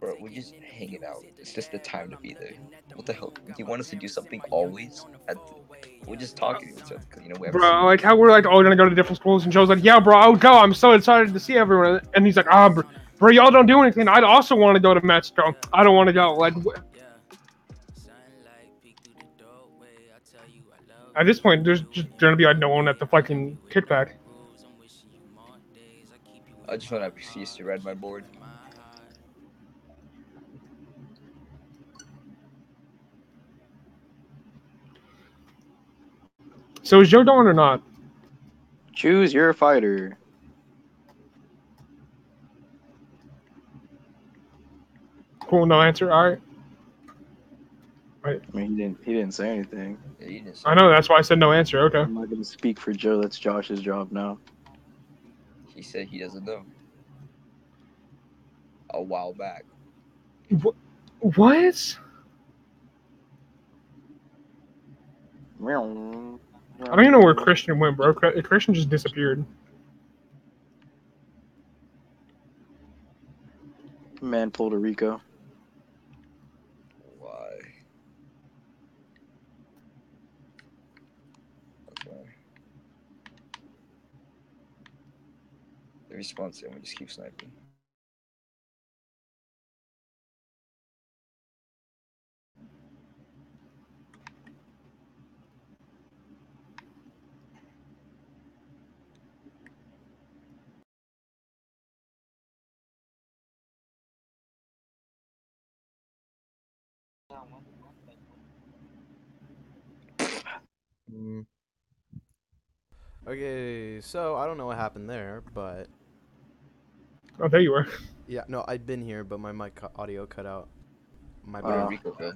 S1: Bro, we're just hanging out. It's just the time to be there. What the hell? Do you want us to do something always? At the- we're just talking to each other. 'cause, You know, we haven't
S5: Bro, like how we're like all gonna go to different schools, and Joe's like, "Yeah, bro, I'll go. I'm so excited to see everyone." And he's like, "Ah, bro, bro y'all don't do anything. I'd also want to go to Mexico. I don't want to go." Like, wh- at this point, there's just gonna be like no one at the fucking kickback.
S1: seen- I just want to refuse to read my board.
S5: So is Joe going or not?
S3: Choose. You're a fighter.
S5: Cool, no answer. All right,
S3: I mean, he didn't. He didn't say anything.
S1: Yeah, you didn't say
S5: I know that's why I said no answer. Okay,
S3: I'm not going to speak for Joe. That's Josh's job now.
S1: that. He said he doesn't know. A while back.
S5: what?
S3: I don't
S5: I don't even know where Christian went, bro. Cr- Christian just disappeared.
S3: Man, Puerto Rico.
S1: Why? Okay. Have you response and we just keep sniping.
S2: Mm. Okay, so I don't know what happened there, but
S5: Oh, there you are.
S2: yeah, no, I'd been here, but my mic cu- audio cut out. My
S1: Puerto
S2: bad.
S3: Uh.
S1: Rico, bro.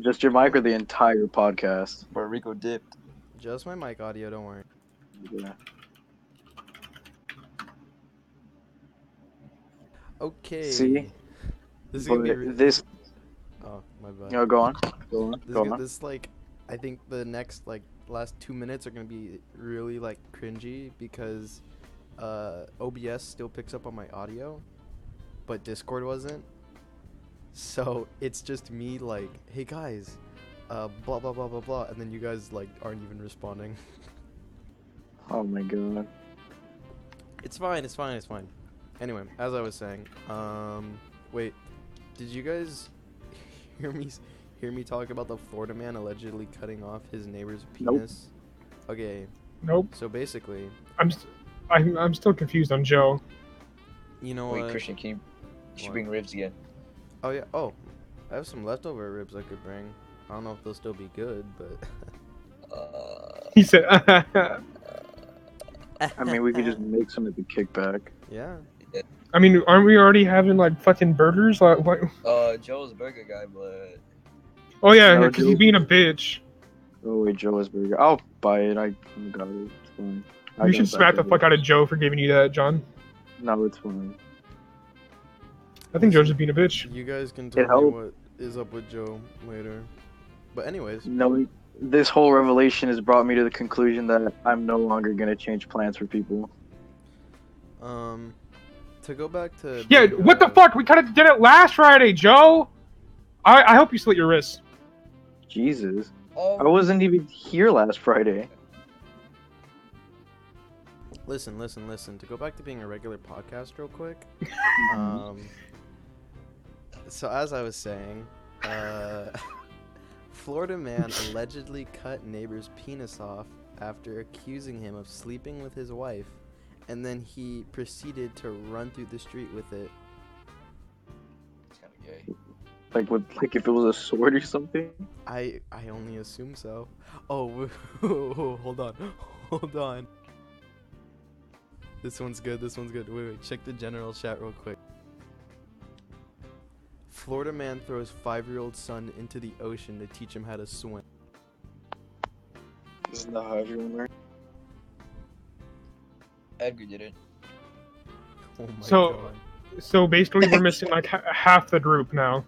S3: Just your mic or the entire podcast?
S1: Puerto Rico dipped.
S2: Just my mic audio. Don't worry.
S3: Yeah.
S2: Okay.
S3: See?
S2: This is gonna be.
S3: But
S2: Re-
S3: this,
S2: oh my bad.
S3: you know, go on. Go on.
S2: This,
S3: Go
S2: is go-
S3: on.
S2: this like, I think the next like last two minutes are gonna be really like cringy because uh, OBS still picks up on my audio, but Discord wasn't. So it's just me like, hey guys, uh, blah blah blah blah blah, and then you guys like aren't even responding.
S3: Oh my god.
S2: It's fine. It's fine. It's fine. Anyway, as I was saying, um, wait, did you guys <laughs> hear me s- hear me talk about the Florida man allegedly cutting off his neighbor's
S3: Nope.
S2: penis? Okay,
S5: Nope.
S2: so basically,
S5: I'm, st- I'm, I'm still confused on Joe. <laughs>
S2: you know
S1: Wait,
S2: what?
S1: Christian, can you, you should
S2: What?
S1: bring ribs again?
S2: Oh yeah. Oh, I have some leftover ribs I could bring. I don't know if they'll still be good, but <laughs>
S1: Uh,
S5: He said, <laughs>
S3: I mean, we could just make some at the kickback.
S2: yeah.
S5: I mean, aren't we already having like fucking burgers? Like, what?
S1: uh, Joe's a burger guy, but
S5: Oh yeah,
S3: No,
S5: because
S3: Joe-
S5: he's being a bitch.
S3: Oh wait, Joe's burger. I'll buy it. I got it. It's fine. I
S5: You
S3: got
S5: should smack the
S3: burger.
S5: fuck out of Joe for giving you that, John.
S3: No, it's fine.
S5: I think Joe's just being a bitch.
S2: You guys can tell me
S3: helped.
S2: what is up with Joe later. But anyways,
S3: No, this whole revelation has brought me to the conclusion that I'm no longer gonna change plans for people.
S2: um, to go back to
S5: Yeah,
S2: being,
S5: what the
S2: uh,
S5: fuck? We kind of did it last Friday, Joe. I, I hope you slit your wrist.
S3: Jesus,
S1: oh,
S3: I wasn't even here last Friday.
S2: Listen, listen, listen. To go back to being a regular podcast, real quick. Um, so as I was saying, uh, <laughs> Florida man allegedly cut neighbor's penis off after accusing him of sleeping with his wife, and then he proceeded to run through the street with it.
S1: it's kinda gay.
S3: Like with like if it was a sword or something.
S2: I I only assume so. Oh, <laughs> hold on, <laughs> hold on. This one's good. This one's good. Wait, wait. Check the general chat real quick. Florida man throws five-year-old son into the ocean to teach him how to swim.
S3: Isn't that how everyone learns?
S1: Edgar did it.
S2: Oh my
S5: So-
S2: god.
S5: So basically, we're missing like ha- half the group now.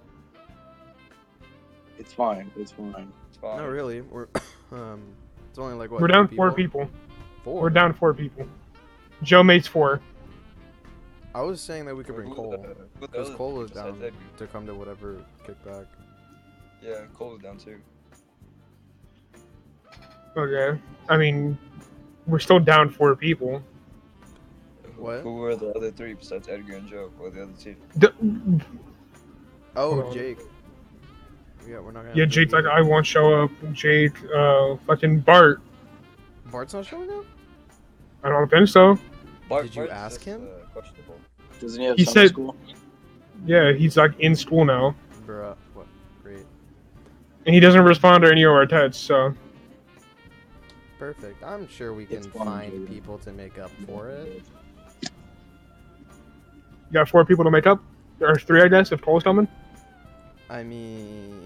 S3: It's fine. It's fine.
S1: It's fine.
S2: Not really. We're <coughs> um. It's only like what?
S5: we're
S2: three
S5: down four people.
S2: Four.
S5: We're down four people. Joe mates four.
S2: I was saying that we could
S1: Who
S2: bring
S1: the-
S2: Cole
S1: who the
S2: because
S1: other
S2: Cole
S1: people
S2: was
S1: besides
S2: down
S1: Edgar?
S2: to come to whatever kickback.
S1: Yeah, Cole was down too.
S5: Okay. I mean, we're still down four people.
S1: Who-
S2: What?
S1: Who were the other three besides Edgar and Joe? Or the other two?
S5: D-
S2: Oh,
S5: Hold on.
S2: Jake. Yeah, we're not gonna.
S5: yeah,
S2: have
S5: Jake's like,
S2: either.
S5: I won't show up. Jake, uh, fucking Bart. uh,
S2: Bart's not showing up.
S5: I don't think so.
S1: Bart,
S2: Did you
S1: Bart's
S2: ask
S1: just,
S2: him?
S1: Uh, questionable.
S3: Doesn't he have
S5: He
S3: summer
S5: said-
S3: school?
S5: Yeah, he's like in school now,
S2: Bruh, what? Great,
S5: and he doesn't respond to any of our texts. So
S2: perfect. I'm sure we can
S3: It's fine,
S2: find
S3: Jaden.
S2: people to make up for it.
S5: you got four people to make up. Or three, I guess, if Cole's coming.
S2: I mean,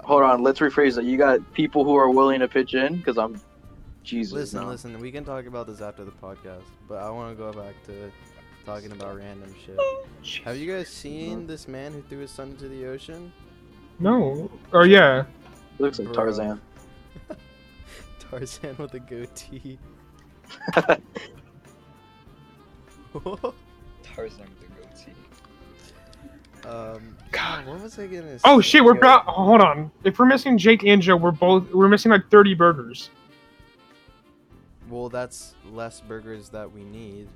S3: Hold on. Let's rephrase that. You got people who are willing to pitch in because I'm. Jesus.
S2: listen,
S3: no.
S2: listen. We can talk about this after the podcast, but I want to go back to talking about random shit.
S5: Oh,
S2: Have you guys seen this man who threw his son into the ocean? <laughs>
S5: No. Oh yeah.
S3: Looks like
S2: Bruh.
S3: Tarzan.
S2: Tarzan with a goatee. <laughs>
S1: Tarzan with the goatee.
S2: um,
S5: God.
S2: what was I gonna?
S5: Oh
S2: say?
S5: shit, we're
S1: Yeah.
S5: pro- hold on. If we're missing Jake and Joe, we're both we're missing like thirty burgers.
S2: Well, that's less burgers that we need.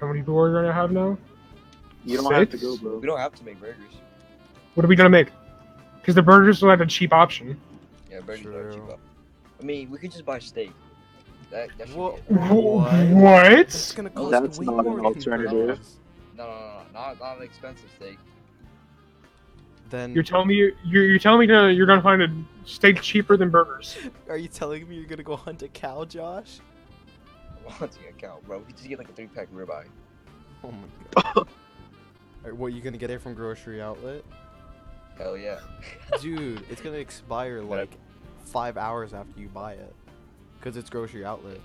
S5: How many people are we gonna have now?
S3: You don't have to
S5: Six?
S3: go, bro.
S1: We don't have to make burgers.
S5: What are we gonna make? Because the burgers are like a cheap option.
S1: Yeah, burgers are cheap.
S2: True.
S1: up. I mean, we could just buy steak. That, that should <laughs>
S2: Wha-
S1: be it.
S2: What? It's
S5: What?
S2: gonna
S1: Oh,
S2: cost
S3: that's
S2: way
S3: not an
S2: more than
S3: alternative.
S2: $10.
S1: No, no, no, no, not, not an expensive steak. <laughs>
S2: Then
S5: You're telling me you're, you're telling me gonna, you're gonna find a steak cheaper than burgers.
S2: are you telling me you're gonna go hunt a cow, Josh?
S1: I'm wanting a cow, bro. We could just get like a three pack ribeye.
S2: Oh my god.
S3: <laughs>
S2: Alright, what you gonna get it from grocery <laughs> outlet?
S1: Hell yeah.
S2: Dude, it's gonna expire like five hours after you buy it, cause it's grocery outlet.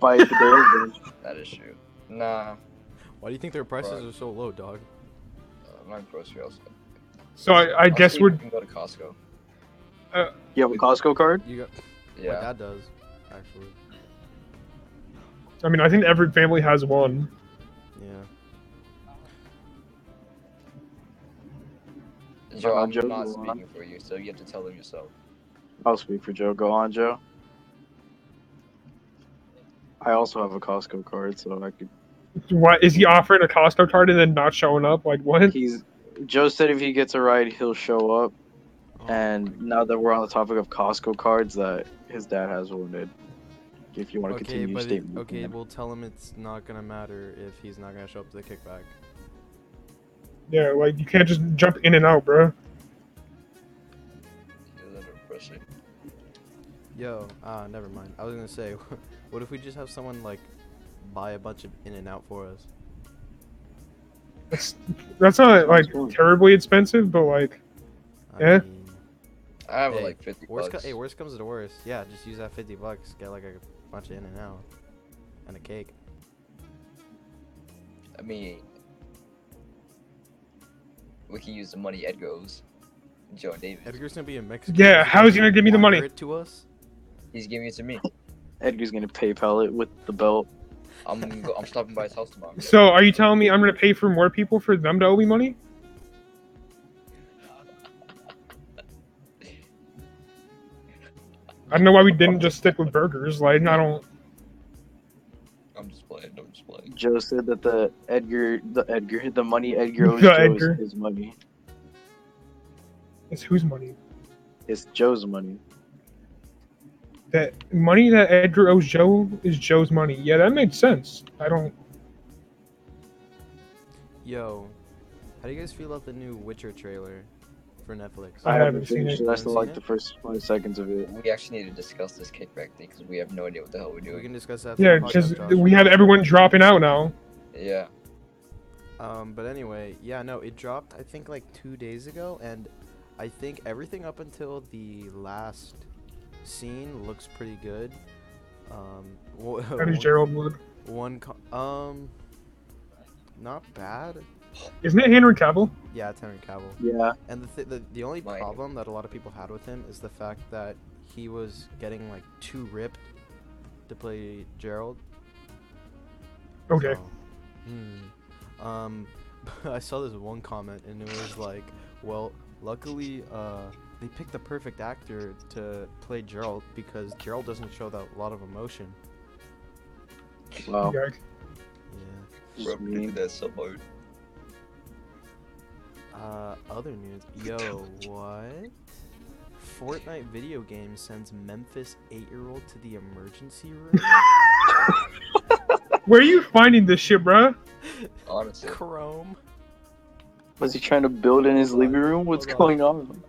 S3: Buy it today, bro.
S1: That is true. Nah, uh,
S2: Why do you think their prices
S1: Right.
S2: are so low, dog?
S1: uh, not grocery also.
S5: So I, I
S1: I'll
S5: guess
S1: see if we
S5: we're
S1: can go to Costco.
S3: You
S2: <laughs>
S3: have a Costco card?
S2: You got my
S1: Yeah.
S2: dad does, actually.
S5: I mean I think every family has one.
S2: Yeah.
S1: Joe,
S3: Uh,
S1: I'm
S3: Joe,
S1: not
S3: you want?
S1: speaking for you, so you have to tell them yourself.
S3: I'll speak for Joe. Go on, Joe. I also have a Costco card, so I could.
S5: What is he offering a Costco card and then not showing up? Like what?
S3: He's Joe said if he gets a ride, he'll show up.
S2: Oh.
S3: And now that we're on the topic of Costco cards, that his dad has one. Dude. If you want to
S2: Okay,
S3: continue your
S2: but it,
S3: statement.
S2: okay,
S3: man.
S2: we'll tell him it's not gonna matter if he's not gonna show up to the kickback.
S5: Yeah, like you can't just jump in and out, bro.
S1: He's under pressure.
S2: Yo, ah, never mind. I was gonna say, <laughs> what if we just have someone like buy a bunch of In and Out for us?
S5: That's that's not like
S3: Sounds cool.
S5: terribly expensive, but like
S2: I
S5: Yeah.
S2: mean,
S1: I have
S2: Hey,
S1: like 50
S2: worst co-
S1: bucks.
S2: hey, worst comes to worst, yeah, just use that fifty bucks, get like a bunch of In and Out, and a cake.
S1: I mean, we can use the money Ed goes. Joe and David.
S2: Edgar's gonna be in Mexico.
S5: Yeah,
S2: He's
S5: how is he gonna give me the
S2: wire
S5: money?
S2: It to us.
S1: He's giving it to me.
S3: Edgar's gonna PayPal it with the belt.
S1: I'm gonna go, I'm stopping by his house
S5: <laughs>
S1: tomorrow.
S5: so are you telling me I'm gonna pay for more people for them to owe me money? I don't know why we didn't just stick with burgers. Like I don't
S1: I'm just playing. I'm just playing.
S3: Joe said that the Edgar, the Edgar, the money Edgar owes
S5: The
S3: Joe
S5: Edgar.
S3: is his money.
S5: it's whose money.
S3: It's Joe's money.
S5: That money that Edgar owes Joe is Joe's money. Yeah, that made sense. I don't
S2: Yo, how do you guys feel about the new Witcher trailer for Netflix?
S5: I haven't seen
S3: finished
S5: it.
S3: I still
S2: Haven't seen
S3: like
S2: it?
S3: the first five seconds of it.
S1: We actually need to discuss this kickback thing because we have no idea what the hell we're
S2: we
S1: doing.
S2: can discuss that.
S5: yeah,
S2: after the
S5: because
S2: podcast, Josh.
S5: we have everyone dropping out now.
S1: Yeah.
S2: Um, but anyway, yeah, no, it dropped I think like two days ago, and I think everything up until the last scene looks pretty good. Um, <laughs> wo-
S5: How does
S2: one,
S5: Gerald look?
S2: one co- um, not bad.
S5: Isn't it Henry Cavill?
S2: Yeah, it's Henry Cavill.
S3: Yeah,
S2: And the, th- the the only
S1: Like-
S2: problem that a lot of people had with him is the fact that he was getting like too ripped to play Gerald.
S5: Okay.
S2: So, hmm. Um, <laughs> I saw this one comment and it was like, well, luckily, uh, they picked the perfect actor to play Gerald because Gerald doesn't show that lot of emotion.
S3: wow.
S5: Yuck.
S1: Bro,
S2: Yeah.
S3: Just
S1: we did
S3: mean.
S1: that so hard.
S2: Uh, other news. Yo, what? Fortnite video game sends Memphis eight-year-old to the emergency room.
S5: Where are you finding this shit, bruh?
S2: <laughs>
S1: Honestly.
S2: Chrome.
S3: Was he trying to build in his living room? What's
S2: Hold on.
S3: going on?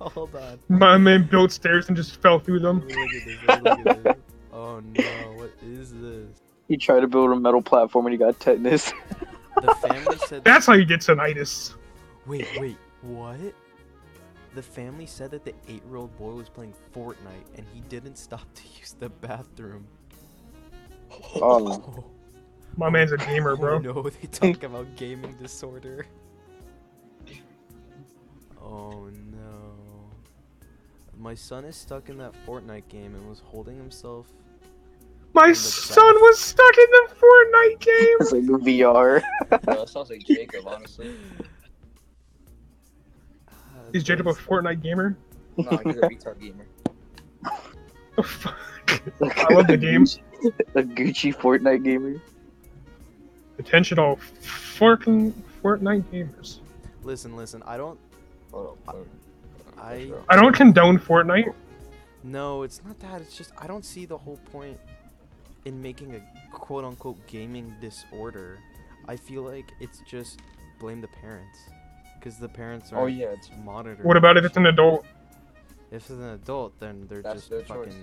S2: Hold on.
S5: My man built stairs and just fell through them.
S2: Look at this, look at this. Oh no! What is this?
S3: He tried to build a metal platform and he got tetanus. <laughs>
S2: The family said.
S5: <laughs> That's how you get tinnitus.
S2: Wait, wait, what? The family said that the eight-year-old boy was playing Fortnite and he didn't stop to use the bathroom. <laughs>
S3: Oh,
S2: Oh,
S5: My man's a gamer,
S2: oh
S5: bro.
S2: no, <laughs>
S5: <laughs>
S2: they talk about gaming disorder. Oh no. My son is stuck in that Fortnite game and was holding himself.
S5: My son was stuck in the Fortnite game. <laughs>
S3: it's like <laughs> VR.
S1: Bro, that sounds like Jacob, honestly.
S2: Ah,
S5: Is Jacob a
S2: that's- Uh,
S5: Fortnite gamer?
S1: No, he's a retard gamer.
S5: I love the game.
S3: A Gucci Fortnite gamer.
S5: Attention all Fortnite Fortnite gamers.
S2: Listen, listen. I don't.
S1: Hold on, hold on.
S2: I-
S5: I don't condone Fortnite.
S2: No, it's not that. It's just I don't see the whole point in making a quote unquote gaming disorder. I feel like it's just blame the parents because the parents are
S1: Oh yeah, it's
S2: monitoring.
S5: What about if it's an adult?
S2: If it's an adult, then they're
S1: That's
S2: just
S1: their
S2: fucking.
S1: choice.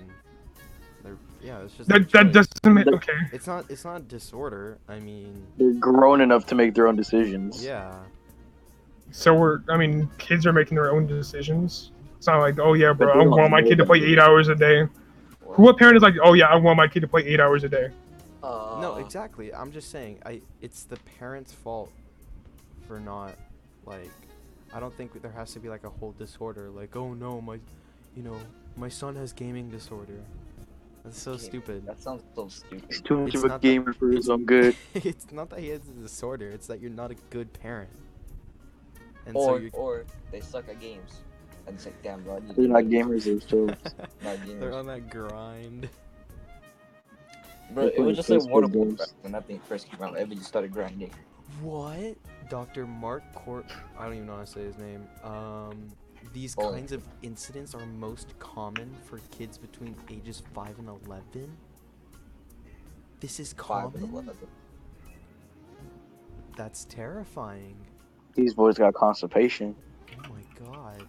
S2: They're yeah. It's just
S5: That
S2: their
S5: that
S2: choice.
S5: doesn't make okay.
S2: It's not. It's not disorder. I mean,
S3: They're grown enough to make their own decisions.
S2: yeah.
S5: So we're I mean, kids are making their own decisions. It's not like, oh yeah, bro,
S3: But they
S5: I
S3: don't
S5: want my
S3: know
S5: kid to
S3: that
S5: play
S3: they-
S5: eight hours a day. What parent is like, oh yeah, I want my kid to play eight hours a day?
S2: no,
S1: Uh,
S2: exactly. I'm just saying. I. It's the parents' fault for not like. I don't think there has to be like a whole disorder. Like, oh no, my, you know, my son has gaming disorder. That's so
S1: Gaming-
S2: stupid. <laughs>
S1: That sounds so
S3: He's
S1: stupid.
S3: too much
S2: It's
S3: of a
S2: not that-
S3: gamer for his
S2: it's-
S3: own good.
S2: it's not that he has a disorder. It's that you're not a good parent. And so
S1: Or
S2: you're.
S1: or they suck at games, and it's like, damn, bro, I need to
S3: They're
S1: get
S3: not
S1: better."
S2: <laughs>
S3: gamers themselves.
S1: Not
S2: They're
S1: gamers.
S2: on that grind.
S1: Bro, it
S3: They're
S1: was just like
S3: Facebook
S1: Waterboy
S3: games.
S1: back when that thing first came out. Everybody just started grinding.
S2: What? Dr. Mark Court. I don't even know how to say his name. Um, these
S1: Oh.
S2: kinds of incidents are most common for kids between ages 5 and 11? This is
S1: Five and
S2: common?
S1: eleven.
S2: That's terrifying.
S3: These boys got constipation.
S2: Oh my god.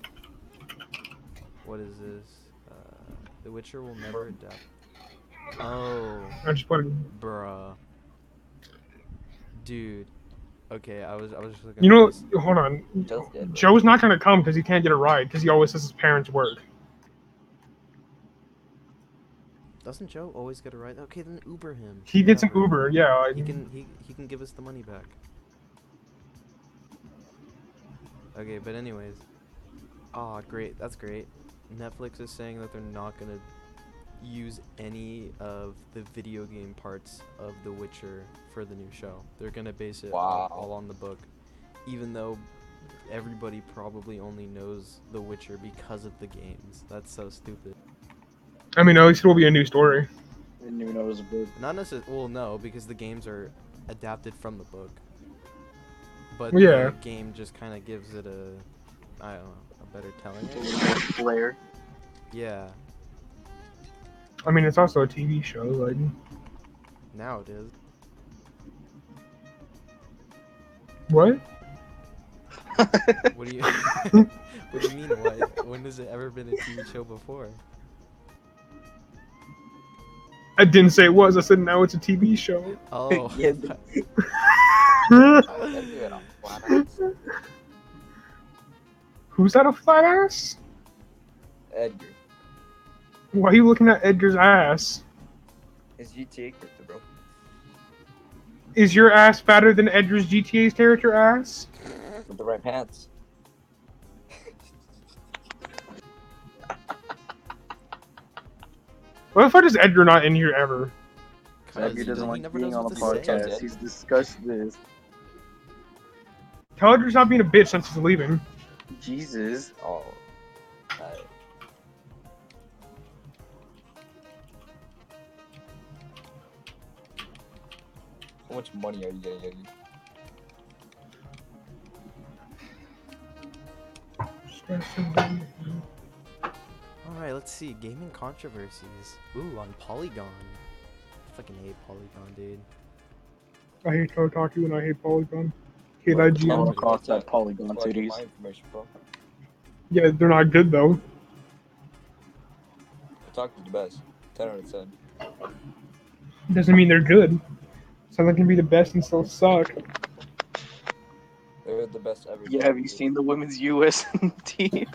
S2: What is this? Uh, the Witcher will never adapt. Oh.
S5: I just put
S2: Bruh. Dude. Okay, I was I was just looking
S5: you
S2: at
S5: know,
S2: this.
S5: hold on.
S1: Joe's dead.
S5: Joe's not gonna come because he can't get a ride because he always says his parents work.
S2: doesn't Joe always get a ride? Okay, then Uber him.
S5: He gets an
S2: Whatever.
S5: Uber, yeah. I-
S2: He can he, he can give us the money back. Okay, but anyways. Ah, great. That's great. Netflix is saying that they're not going to use any of the video game parts of The Witcher for the new show. They're going to base it
S1: Wow.
S2: all, all on the book. Even though everybody probably only knows The Witcher because of the games. That's so stupid.
S5: I mean, at least it will be a new story.
S3: I didn't even know it was a book.
S2: Not necessarily. Well, no, because the games are adapted from the book. But
S5: Yeah.
S2: the game just kind of gives it a, I don't know, a better telling.
S3: It was more flair.
S2: Yeah,
S5: I mean, it's also a TV show. Like,
S2: now it
S3: <laughs>
S2: is.
S5: what?
S2: What do you? <laughs> what do you mean? What? When has it ever been a TV show before?
S5: I didn't say it was. I said now it's a TV show. <laughs>
S2: <laughs> Oh.
S1: Yeah, but- That'd be it on flat ass.
S5: Who's that a flat ass?
S1: Edgar,
S5: Why are you looking at Edgar's ass?
S1: his GTA character, bro.
S5: Is your ass fatter than Edgar's GTA's character ass?
S1: With the right pants.
S5: Why the fuck is Edgar not in here ever?
S2: Cause
S3: Edgar
S2: he
S3: doesn't
S2: don't- he
S3: like
S2: never
S3: being
S2: knows
S3: on a
S2: what to say.
S3: podcast. He's discussed this.
S5: Tell Edgar's not being a bitch since he's leaving.
S3: Jesus.
S1: Oh. Alright. How much money are you getting? Eddie?
S2: All right, let's see. Gaming controversies. Ooh, on Polygon. Fucking hate Polygon, dude.
S5: I hate Kotaku and I hate Polygon. Hate
S1: Bro,
S3: I
S5: IGN.
S1: Polygon.
S3: want to cross that polygon
S1: That's why I get
S3: titties.
S1: my information from.
S5: Yeah, they're not good though.
S1: Talk to the best. 10 out of 10.
S5: Doesn't mean they're good. Someone can be the best and still suck.
S1: They're the best ever.
S3: Yeah, have you seen the women's US team?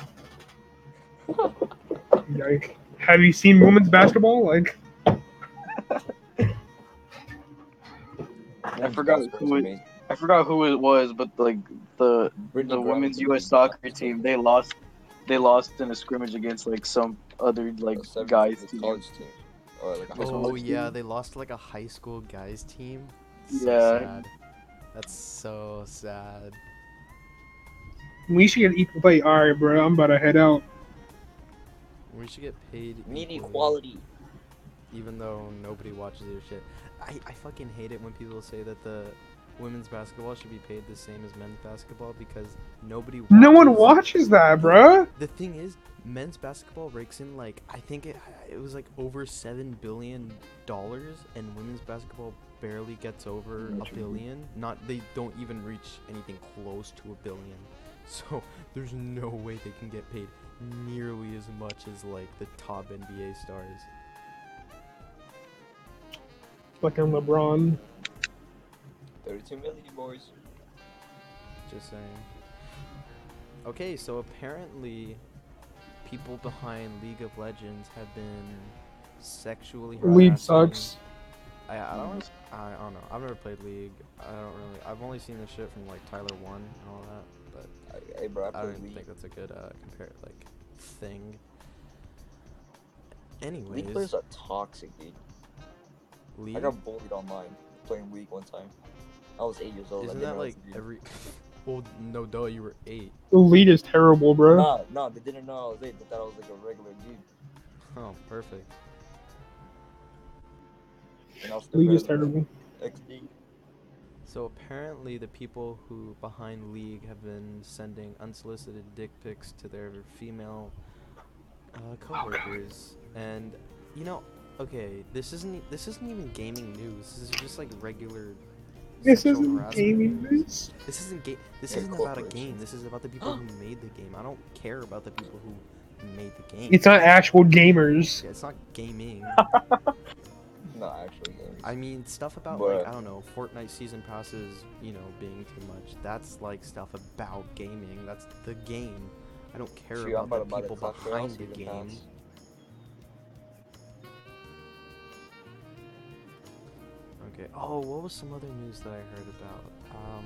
S5: Like, have you seen women's basketball? Like,
S3: I forgot who it- I forgot who it was, but like the the women's U.S. soccer team, they lost. They lost in a scrimmage against like some other like guys. team.
S1: college team. Or like a high school
S2: Oh
S1: team.
S2: yeah, they lost like a high school guys team. So
S3: Yeah.
S2: sad. That's so sad.
S5: we should get equal play. All right, bro, I'm about to head out.
S2: We should get paid.
S1: We need
S2: equally,
S1: equality.
S2: Even though nobody watches your shit. I, I fucking hate it when people say that the women's basketball should be paid the same as men's basketball because nobody.
S5: No one watches that, bruh.
S2: The thing is, men's basketball rakes in like I think it it was like over seven billion dollars, and women's basketball barely gets over a billion. Not they don't even reach anything close to a billion. <laughs> So there's no way they can get paid nearly as much as like the top NBA stars.
S5: Fucking LeBron.
S1: 32 million, boys.
S2: Just saying. Okay, so apparently people behind League of Legends have been sexually harassing.
S5: League sucks.
S2: I, I don't. I don't know. I've never played League. I don't really. I've only seen the shit from like Tyler One and all that, but
S1: I, hey, bro, I
S2: I
S1: play
S2: don't even
S1: League.
S2: think that's a good uh, compare like thing.
S1: League
S2: Anyways,
S1: players are toxic, dude. I
S2: League
S1: got bullied online playing League one time. I was eight years old. I
S2: isn't
S1: didn't
S2: that
S1: know what
S2: like
S1: to do.
S2: every? <laughs> Well, no, duh. You were eight.
S5: The league is terrible, bro.
S1: Nah, nah, they didn't know I was eight. They thought I was like a regular dude,
S2: Oh, perfect.
S1: and I was still
S5: league is
S1: better than
S5: terrible.
S1: them. XD.
S2: So apparently, the people who behind League have been sending unsolicited dick pics to their female uh, coworkers, and you know, okay, this isn't e- this isn't even gaming news. This is just like regular.
S5: This
S2: sexual
S5: isn't
S2: harassment
S5: gaming
S2: news.
S5: news.
S2: This isn't ga- This
S1: Yeah,
S2: isn't about a
S1: corporations.
S2: game. This is about the people who made the game. I don't care about the people who made the game.
S5: It's not actual gamers.
S2: Yeah, it's not gaming.
S1: Nah, actually, gamers.
S2: I mean, stuff about like
S1: But-
S2: I don't know, Fortnite season passes, you know, being too much. That's like stuff about gaming. That's the game. I don't care
S1: Shoot, I'm
S2: about,
S1: about to
S2: the
S1: buy the
S2: people
S1: clock for
S2: behind
S1: us
S2: the
S1: even
S2: game.
S1: pass.
S2: Okay. Oh, what was some other news that I heard about? Um,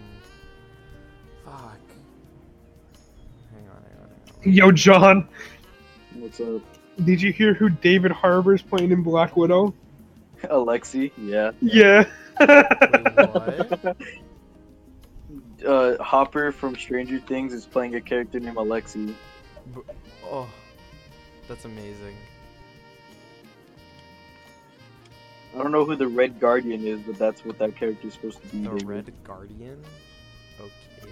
S2: fuck. Hang on, hang on, hang on.
S5: Yo, John,
S3: What's up,
S5: did you hear who David Harbour's playing in Black Widow?
S3: <laughs> Alexi? Yeah.
S5: Yeah. <laughs>
S2: Wait, what?
S3: Uh, Hopper from Stranger Things is playing a character named Alexi.
S2: Oh, that's amazing.
S3: I don't know who the Red Guardian is, but that's what that character is supposed to be.
S2: The
S3: David.
S2: Red Guardian. Okay.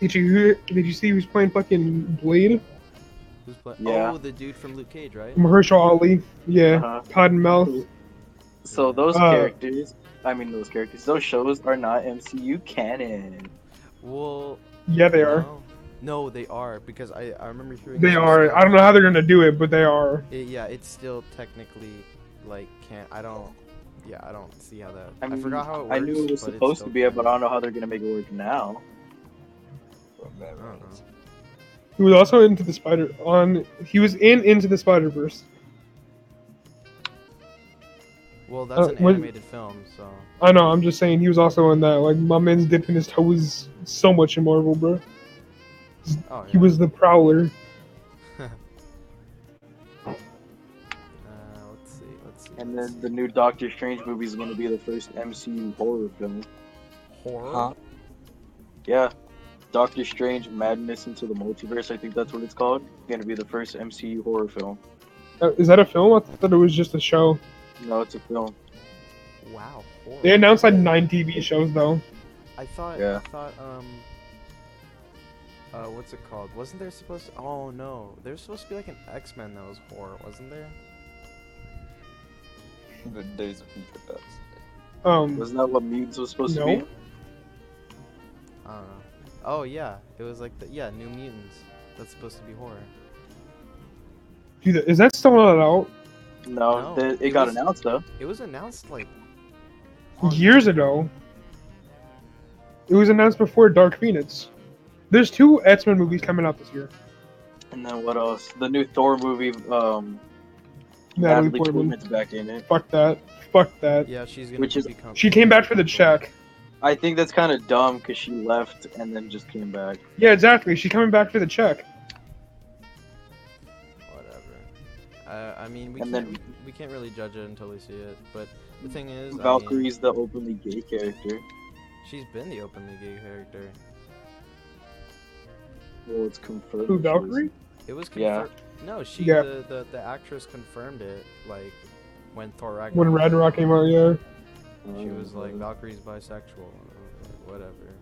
S5: Did you hear? Did you see who's playing fucking Blade?
S2: Who's playing?
S3: Yeah.
S2: Oh, the dude from Luke Cage, right?
S5: Mahershala Ali. Yeah.
S3: Uh-huh.
S5: Cottonmouth.
S3: So those
S5: Uh.
S3: characters, I mean those characters, those shows are not MCU canon.
S2: Well,
S5: Yeah, they are.
S2: No, no they are because I, I remember hearing.
S5: They
S2: some
S5: are.
S2: stuff.
S5: I don't know how they're gonna do it, but they are.
S2: It- yeah, it's still technically like can't. I don't. Yeah, I don't see how that. I,
S3: I mean,
S2: forgot how it works.
S3: I knew it was
S2: but it's
S3: supposed to
S2: still
S3: be, it,
S2: canon.
S3: but I don't know how they're gonna make it work now.
S1: Bro, man,
S2: I don't know.
S5: He was also into the Spider on. He was in Into the Spider Verse.
S2: Well, that's
S5: Uh,
S2: an
S5: when-
S2: animated film, so
S5: I know. I'm just saying he was also in that. Like my man's dipping his toes so much in Marvel, bro.
S2: oh yeah.
S5: He was the Prowler.
S2: Uh, let's see. Let's see.
S3: And
S2: let's
S3: then
S2: see.
S3: the new Doctor Strange movie is gonna be the first MCU horror film.
S2: horror.
S1: Huh?
S3: Yeah, Doctor Strange Madness into the Multiverse. I think that's what it's called. Gonna be the first MCU horror film.
S5: Uh, Is that a film? I thought it was just a show.
S3: No, it's a film.
S2: Wow. Horror.
S5: They announced like nine TV shows though.
S2: I thought.
S3: Yeah.
S2: I thought. Um. Uh, what's it called? Wasn't there supposed to? Oh no, there's supposed to be like an X Men that was horror, wasn't there?
S1: The days of future past.
S5: Um,
S3: Wasn't that what Mutants was supposed to
S5: No.
S3: be?
S2: I don't know. Oh yeah, it was like the, yeah, New Mutants. That's supposed to be horror.
S5: dude, is that still not out?
S3: No,
S2: No,
S3: th- it,
S2: it
S3: got
S2: was-
S3: announced though.
S2: It was announced like
S5: Years ago. It was announced before Dark Phoenix. There's two X Men movies coming out this year.
S3: And then what else? The new Thor movie. Um,
S5: Natalie
S3: Natalie
S5: Portman.
S3: Portman's back in it.
S5: Fuck that. Fuck that.
S2: Yeah, she's gonna
S3: Which is-
S2: become.
S5: She came back for the check.
S3: I think that's kind of dumb because she left and then just came back.
S5: Yeah, exactly. She's coming back for the check.
S2: Whatever. Uh, I mean, we
S3: And
S2: can't
S3: then-
S2: we, we can't really judge it until we see it. But the thing is, I mean,
S3: Valkyrie's the openly gay character.
S2: she's been the openly gay character.
S3: Well, it's confirmed.
S5: Who
S3: she
S5: Valkyrie?
S3: was-
S2: It was
S3: Yeah.
S2: confirmed. No, she
S5: Yeah.
S2: the, the the actress confirmed it. Like when Thor Ragnarok.
S5: When Red Rock came out, yeah.
S2: She was like, Valkyrie's bisexual. And I was like, Whatever.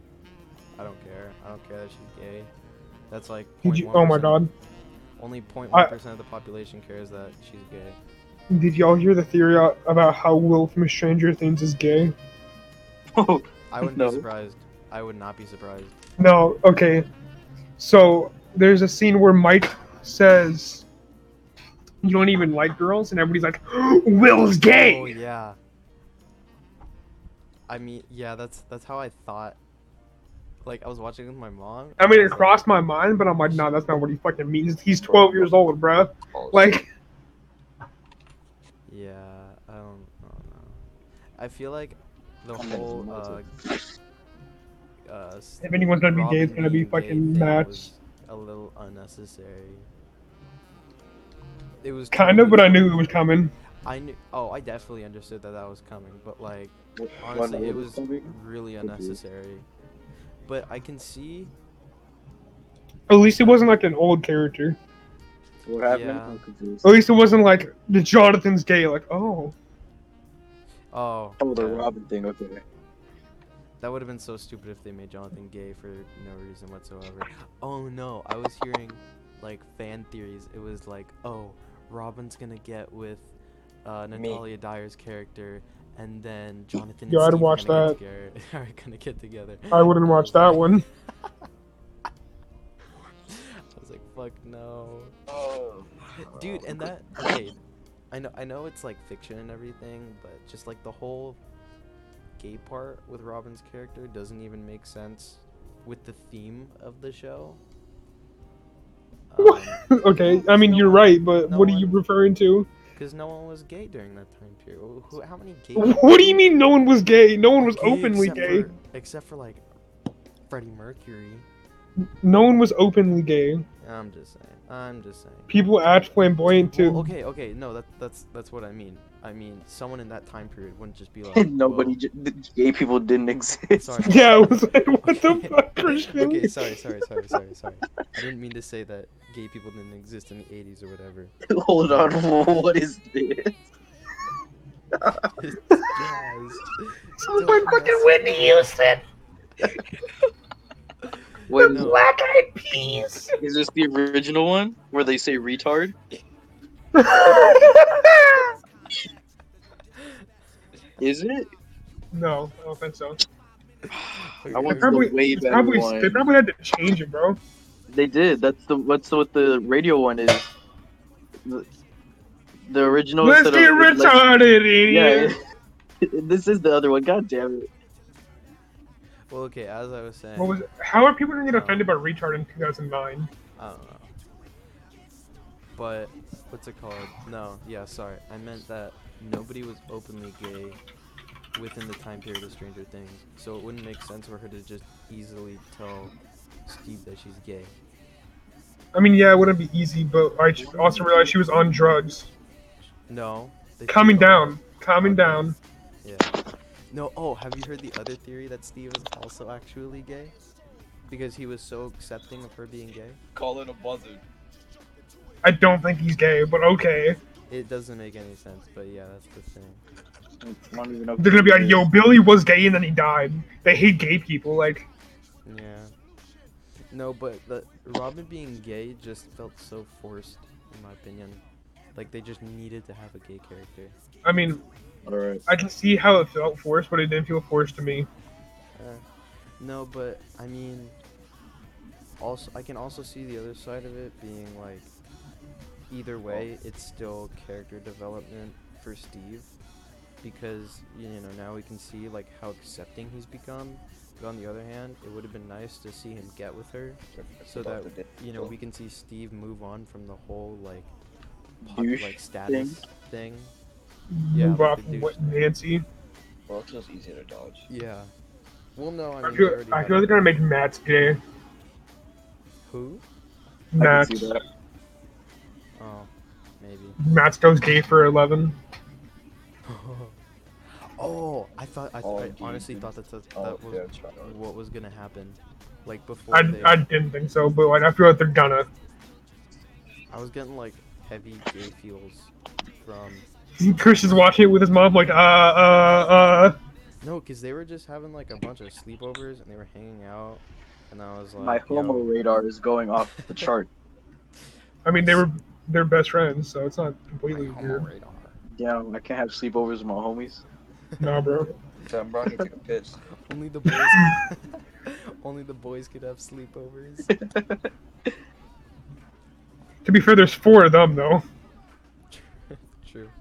S2: I don't care. I don't care that she's gay. That's like.
S5: Did you? Oh my
S2: 0.1%.
S5: god.
S2: Only 0.1% of the population cares that she's gay.
S5: Did y'all hear the theory o- about how Will from Stranger Things is gay?
S3: Oh,
S2: I wouldn't
S3: No.
S2: be surprised. I would not be surprised.
S5: No, okay. So there's a scene where Mike says, "You don't even like girls," and everybody's like, <gasps> "Will's
S2: Oh
S5: gay."
S2: yeah. I mean, yeah, that's that's how I thought. Like I was watching it with my mom.
S5: I
S2: and
S5: mean, it
S2: was like-
S5: crossed my mind, but I'm like, "Nah, that's not what he fucking means." He's 12 years old, bruh. Like,
S2: Yeah, I don't, I don't know. I feel like the
S6: I'm gonna
S2: whole
S6: promote
S2: uh, uh s-
S5: if anyone's gonna be gay, it's
S2: Robin
S5: gonna
S2: being
S5: be
S2: gay
S5: fucking
S2: thing
S5: Matt.
S2: was A little unnecessary. It was
S5: Kind of,
S2: totally-
S5: but I knew it was coming.
S2: I knew. Oh, I definitely understood that that was coming, but like
S3: What-
S2: honestly,
S3: what
S2: it
S3: was
S2: was
S3: coming?
S2: really unnecessary. But I can see.
S5: At least it wasn't like an old character.
S3: what happened?
S2: Yeah.
S3: I'm confused.
S5: At least it wasn't like the Jonathan's gay. Like, oh,
S2: Oh,
S3: Oh, the
S2: yeah.
S3: Robin thing. Okay.
S2: that would have been so stupid if they made Jonathan gay for no reason whatsoever. Oh no, I was hearing like fan theories. It was like, oh, Robin's gonna get with uh,
S1: Me.
S2: Natalia Dyer's character, and then Jonathan.
S5: Yeah, I'd
S2: and Steve
S5: watch
S2: are
S5: that.
S2: gonna Get together, <laughs> are gonna get together.
S5: I wouldn't watch that one. <laughs>
S2: I was like, fuck no.
S1: Oh.
S2: dude and that okay i know i know it's like fiction and everything but just like the whole gay part with robin's character doesn't even make sense with the theme of the show Um,
S5: What? <laughs> okay, I mean, you're right, but
S2: No
S5: what are you
S2: one-
S5: referring to?
S2: because no one was gay during that time period Who- who, how many gay
S5: What do you mean no one was gay? No one was
S2: gay
S5: openly
S2: except
S5: gay.
S2: for- except for like freddie mercury
S5: No one was openly gay.
S2: i'm just saying i'm just saying
S5: People act flamboyant to.
S2: Well, okay okay no that, that's that's what i mean i mean someone in that time period wouldn't just
S3: <laughs>
S2: be like
S3: Nobody.
S2: "Whoa."
S3: J- the gay people didn't exist.
S2: Sorry.
S5: <laughs> Yeah, I was like, what
S2: <laughs>
S5: the
S2: Okay.
S5: fuck, Christian?
S2: Okay, sorry, sorry, sorry, sorry, sorry. I didn't mean to say that gay people didn't exist in the 80s or
S5: <laughs>
S2: whatever.
S3: <laughs> Hold on. <laughs> What is this?
S2: It's jazz.
S6: Sounds like fucking Whitney Houston.
S3: What is,
S2: No,
S6: Black Eyed Peas.
S3: is this the original one where they say retard? Is it?
S5: No, I don't think so.
S3: I want
S5: Probably-
S3: the way
S5: It's
S3: better
S5: probably,
S3: one.
S5: they probably had to change it, bro.
S3: They did. That's the what's what the radio one is. The, the original.
S5: Let's
S3: instead
S5: get
S3: of- like-
S5: retarded,
S3: yeah. <laughs>
S5: idiot.
S3: this is the other one. God damn it.
S2: Well, okay, as I was saying,
S5: What was? How are people gonna get offended by retard in 2009?
S2: I don't know. But, what's it called? No, yeah, sorry. I meant that nobody was openly gay within the time period of Stranger Things, so it wouldn't make sense for her to just easily tell Steve that she's gay.
S5: I mean, yeah, it wouldn't be easy, but I j- also realized she was on drugs.
S2: No. they took
S5: Calming
S2: the whole-
S5: down, calming down.
S2: Yeah. No, oh, have you heard the other theory that Steve is also actually gay? Because he was so accepting of her being gay?
S1: Call it a buzzard.
S5: I don't think he's gay, but okay.
S2: It doesn't make any sense, but yeah, that's the thing.
S3: I don't even know if
S5: They're gonna be like,
S3: it
S5: "Yo,
S3: is.
S5: Billy was gay and then he died." They hate gay people. Like,
S2: Yeah. No, but the Robin being gay just felt so forced, in my opinion. Like they just needed to have a gay character.
S5: I mean,
S3: All right.
S5: I can see how it felt forced, but it didn't feel forced to me.
S2: Uh, no, but I mean, also I can also see the other side of it being like, either way, it's still character development for Steve, because you know now we can see like how accepting he's become. But on the other hand, it would have been nice to see him get with her, so that you know we can see Steve move on from the whole like, pop,
S3: Douche
S2: like status thing. Yeah,
S5: Move
S2: like
S5: off
S2: the
S5: what
S2: douche.
S5: Nancy.
S1: Well, it's just easier to dodge.
S2: Yeah. Well, no, I
S5: I
S2: mean, they
S5: feel,
S2: already
S5: I
S2: had
S5: feel
S2: it.
S5: they're gonna make Matt's gay.
S2: who?
S3: I
S5: Matt,
S3: can see that.
S2: Oh, maybe. <laughs>
S5: Matt's goes gay for eleven.
S2: oh, I thought I, th-
S1: Oh,
S2: I
S1: dude,
S2: honestly
S1: dude.
S2: thought that that,
S1: Oh,
S2: that was
S1: yeah, try it.
S2: what was gonna happen, like before
S5: I,
S2: they.
S5: <laughs> I didn't think so, but like I feel like they're gonna.
S2: I was getting like heavy gay feels from
S5: Christian's watching it with his mom, like, uh, uh, uh.
S2: no, cause they were just having like a bunch of sleepovers and they were hanging out, and I was like,
S3: My
S2: yo,
S3: homo radar is going off the chart. <laughs>
S5: I mean, they were they're best friends, so it's not
S2: my
S5: completely
S2: homo
S5: weird.
S2: radar.
S3: Damn, I can't have sleepovers with my homies.
S5: Nah, bro.
S1: So I'm running to
S2: <laughs>
S1: the piss.
S2: Only the boys. <laughs> only the boys could have sleepovers.
S5: To be fair, there's four of them though.
S2: True. <laughs>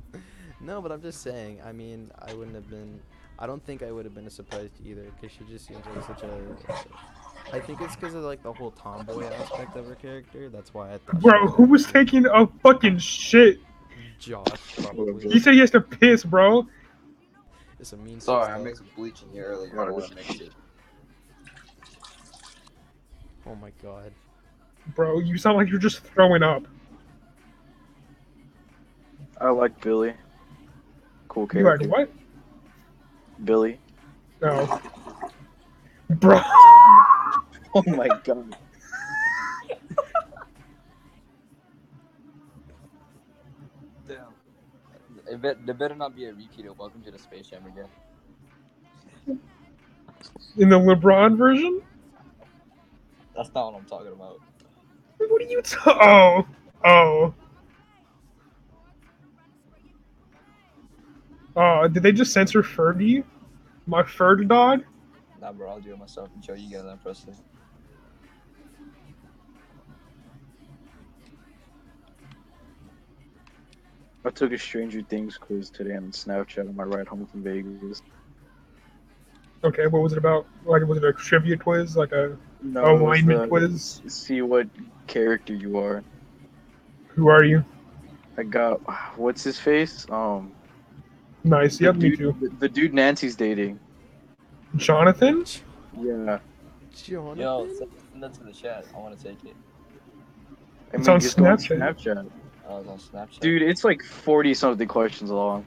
S2: No, but I'm just saying. I mean, I wouldn't have been. I don't think I would have been as surprised either, because she just seems like such a. I think it's because of like the whole tomboy aspect of her character. That's why I thought.
S5: Bro, who was taking a fucking shit?
S2: Josh
S5: He
S2: probably.
S5: said he has to piss, bro.
S2: It's a mean.
S1: Sorry, I
S2: sister.
S1: mixed bleach in here earlier. I
S3: Right.
S1: want to mix it.
S2: Oh my god.
S5: Bro, you sound like you're just throwing up.
S3: I like Billy. Cool
S5: You like
S3: character.
S5: what?
S3: Billy.
S5: No. Bro.
S3: Oh <laughs> my god.
S1: Damn. It bet, there better not be a repeat of Welcome to the Space Jam again.
S5: In the LeBron version?
S1: That's not what I'm talking about.
S5: What are you t- Oh. Oh. Oh, did they just censor Fergie? My Ferg dog?
S1: Nah, bro, I'll do it myself. Joe, you guys on Presley.
S3: I took a Stranger Things quiz today on Snapchat on my ride home from Vegas.
S5: Okay, what was it about? Like, was it a trivia quiz? Like a
S3: No, it was
S5: alignment
S3: the-
S5: quiz?
S3: See what character you are.
S5: Who are you?
S3: I got <sighs> what's his face? Um,
S5: Nice.
S3: the
S5: Yep, me
S3: dude-
S5: too.
S3: The, the dude Nancy's dating.
S5: Jonathan?
S3: Yeah,
S2: Jonathan.
S1: Yo, send send that to the chat. I want to take it.
S3: I
S5: It's on
S3: just go
S5: Snapchat.
S3: Snapchat.
S1: I was on Snapchat.
S3: Dude, it's like forty something questions long.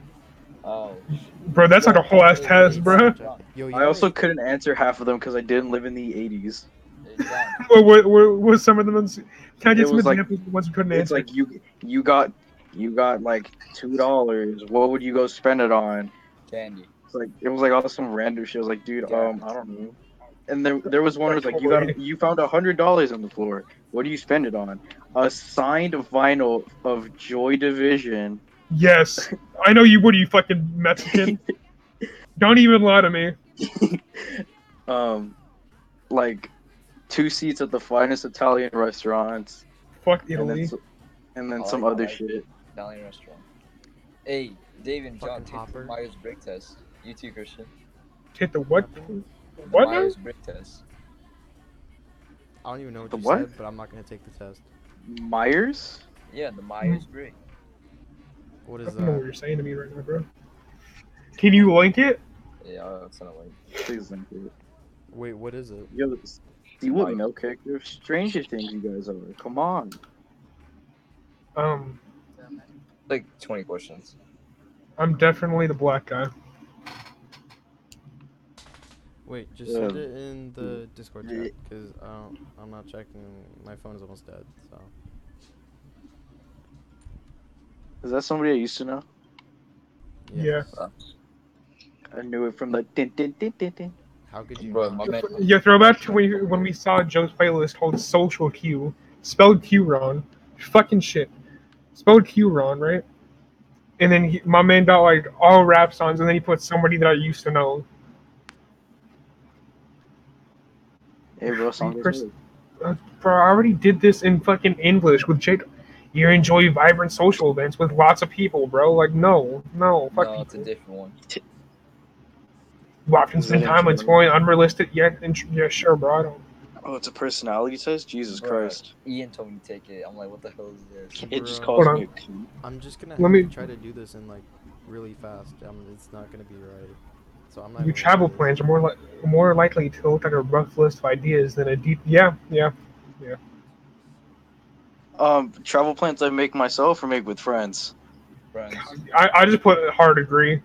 S1: Oh.
S5: Bro, that's like a whole ass test, bro.
S2: Yo, you
S3: I
S2: know
S3: also
S2: what-
S3: couldn't answer half of them because I didn't live in the '80s.
S1: Exactly.
S5: What, what, what was some of the ones? Can I
S3: It
S5: get some
S3: was like-
S5: examples of ones we couldn't
S3: It's
S5: answer?
S3: like you you got you got like two dollars. What would you go spend it on?
S1: Candy.
S3: It's like it was like all some random shit. I was like, dude,
S1: Yeah.
S3: um, I don't know. And then there was one where it's like you got you found a hundred dollars on the floor. What do you spend it on? A signed vinyl of Joy
S5: <laughs>
S3: Division.
S5: Yes. I know you would, you fucking
S3: <laughs>
S5: Mexican. Don't even lie to me.
S3: um, like two seats at the finest Italian restaurants,
S5: Fuck
S3: and then
S5: Italy.
S3: s- and then
S1: I
S3: some
S1: like- I
S3: other
S1: like-
S3: shit.
S1: Italian restaurant. Hey, Dave and John,
S2: Fucking
S1: take the
S2: Hopper.
S1: Myers Briggs test. You too, Christian.
S5: Hit the what?
S1: The
S5: What now?
S1: Myers Briggs test.
S2: I don't even know what
S3: The
S2: you
S3: what?
S2: said, but I'm not gonna take the test.
S3: Myers.
S1: Yeah,
S2: Hmm.
S1: the Myers Briggs.
S2: What
S5: I
S2: is uh,
S5: don't know what
S2: that?
S5: you're saying to me right now, bro. Can you link it?
S1: Yeah, I'll send a link.
S3: Please link it.
S2: Wait, what is it?
S3: Yo, s- you wouldn't know character of Stranger Things. You guys are. Come on.
S5: Um,
S1: Like 20 questions.
S5: I'm definitely the black guy.
S2: Wait, just send
S3: Um,
S2: it in the Discord
S3: yeah.
S2: chat because I don't. I'm not checking. My phone is almost dead, so
S3: Is that somebody I used to know?
S5: Yeah.
S1: Uh,
S3: I knew it from the din din din din din.
S2: How could you?
S1: Bro,
S2: not?
S1: my man.
S5: Yeah, throwback to when, you- when we saw Joe's playlist called Social Q, spelled Q wrong, fucking shit, spelled Q wrong, right? And then he, my man got like all rap songs, and then he put somebody that I used to know.
S3: Hey, bro, song goes
S5: Chris-
S3: with it.
S5: Uh, Bro, I already did this in fucking English with Jake. You enjoy vibrant social events with lots of people, bro. Like, no, no, fuck.
S1: No,
S5: you.
S1: it's a different one.
S5: You often spend
S3: Is it
S5: time
S3: enjoyable?
S5: exploring unrealistic. Yeah, and, yeah, sure, bro. I don't.
S3: Oh, it's a personality test. Jesus
S1: Bro.
S3: Christ!
S1: Ian told me to take it. I'm like, what the hell is this?
S3: It just
S2: Bro.
S3: calls
S5: Hold
S3: me a cunt.
S2: I'm just gonna
S5: Let
S2: have
S5: me-
S2: to try to do this in like really fast. Um, it's not gonna be right. So I'm not. even gonna
S5: Your travel
S2: do this.
S5: plans are more li- more likely to look like a rough list of ideas than a deep. Yeah, yeah.
S3: Um, travel plans I make myself or make with friends.
S1: Friends.
S5: I, I just put hard agree.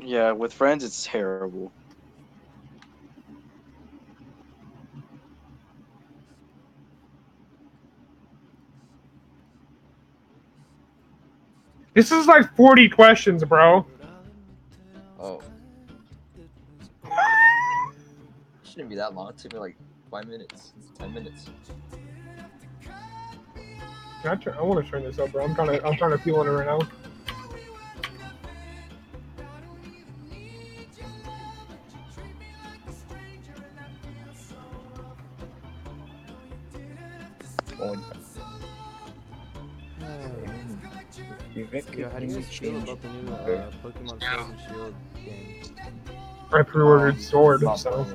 S3: Yeah, with friends it's terrible.
S5: This is like 40 questions, bro.
S1: Oh. Shouldn't be that long. It took me like five minutes, ten minutes.
S5: Can I, turn, I want to turn this up, bro. I'm trying to. I'm trying to feel it right now.
S1: Going.
S2: <sighs> Yo, how do you guys feel about the new uh, Pokemon Sword and Shield game?
S5: I pre-ordered Sword, so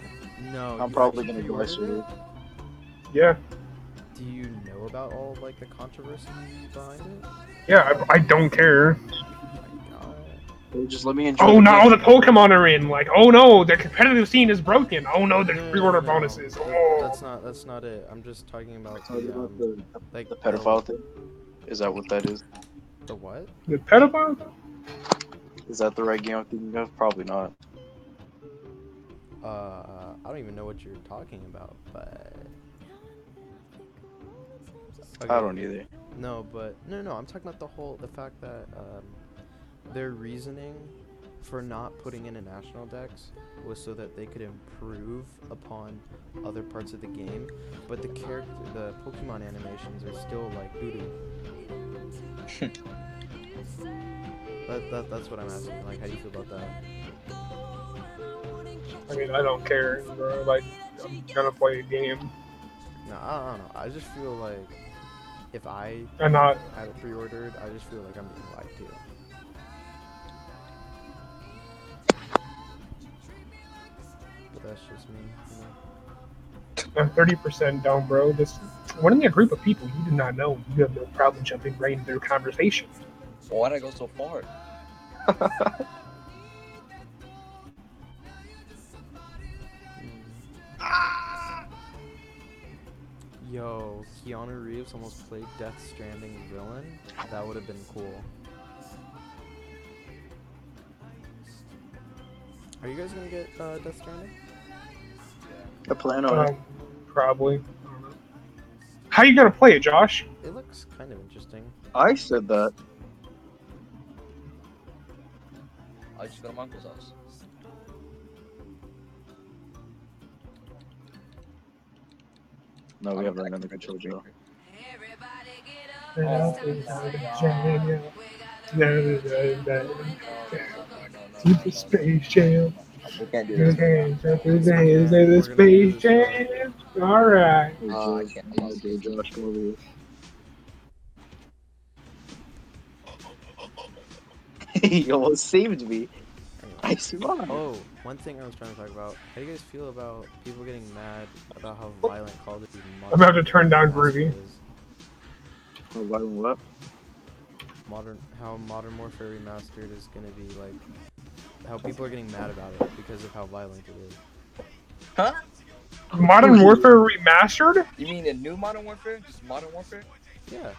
S2: No,
S3: I'm
S2: you
S3: probably
S2: actually
S3: gonna go
S2: ordered
S3: yesterday.
S2: it?
S5: yeah,
S2: Do you know about all like the controversy behind it?
S5: yeah. I, I don't
S2: Uh,
S5: care.
S3: Well, Just let me enjoy.
S5: Oh,
S3: the
S5: now all
S3: game.
S5: the Pokemon are in. Like, oh no, the competitive scene is broken. Oh no,
S2: no,
S5: there's
S2: no,
S5: pre-order
S2: no, no.
S5: bonuses. Oh,
S2: That's not. That's not it. I'm just talking about
S3: Tell you
S2: the,
S3: about
S2: um,
S3: the,
S2: like
S3: the pedophile thing. Is that what that is?
S2: The what?
S5: the pedophile.
S3: Is that the right game I'm thinking of? Probably not.
S2: Uh, I don't even know what you're talking about, but.
S3: I
S2: Okay,
S3: don't either.
S2: No, but no, no. I'm talking about the whole the fact that um, their reasoning for not putting in a national dex was so that they could improve upon other parts of the game, but the character, the Pokemon animations are still like doo doo. that, that, that's what I'm asking. Like, how do you feel about that?
S5: I mean, I don't care, bro. Like, I'm gonna play a game.
S2: No, I I don't know. I just feel like if I
S5: I'm not.
S2: have it pre-ordered, I just feel like I'm being lied to. But that's just me. you know?
S5: I'm 30% down, bro. This running a group of people you do not know. You have no problem jumping right into their conversation.
S1: Oh, Why'd I go so far?
S2: Mm. Yo, Keanu Reeves almost played Death Stranding villain. That would have been cool. Are you guys gonna get uh, Death Stranding?
S3: I plan on it.
S5: Um, probably. I don't know. How you gonna play it, Josh?
S2: It looks kind of interesting.
S3: I said that.
S1: I just go to my uncle's house.
S3: No, we have that under control, Joe.
S5: Super Space Jam.
S1: We can't do
S5: Your
S1: that.
S5: hands up in the hands of the Space Jam. All right.
S1: Oh, I
S3: Josh,
S1: can't.
S3: come on, Joe, Josh, come over here. <laughs> he almost saved me.
S2: Anyway.
S3: I smiled.
S2: Oh, one thing I was trying to talk about. How do you guys feel about people getting mad about how violent Call of Duty modern
S5: About to turn down Groovy.
S2: Is?
S3: Oh, why what?
S2: Modern, how Modern Warfare Remastered is gonna be like, how people are getting mad about it because of how violent it is.
S5: Modern Warfare Remastered?
S1: You mean the new Modern Warfare? Just Modern Warfare?
S2: Yeah.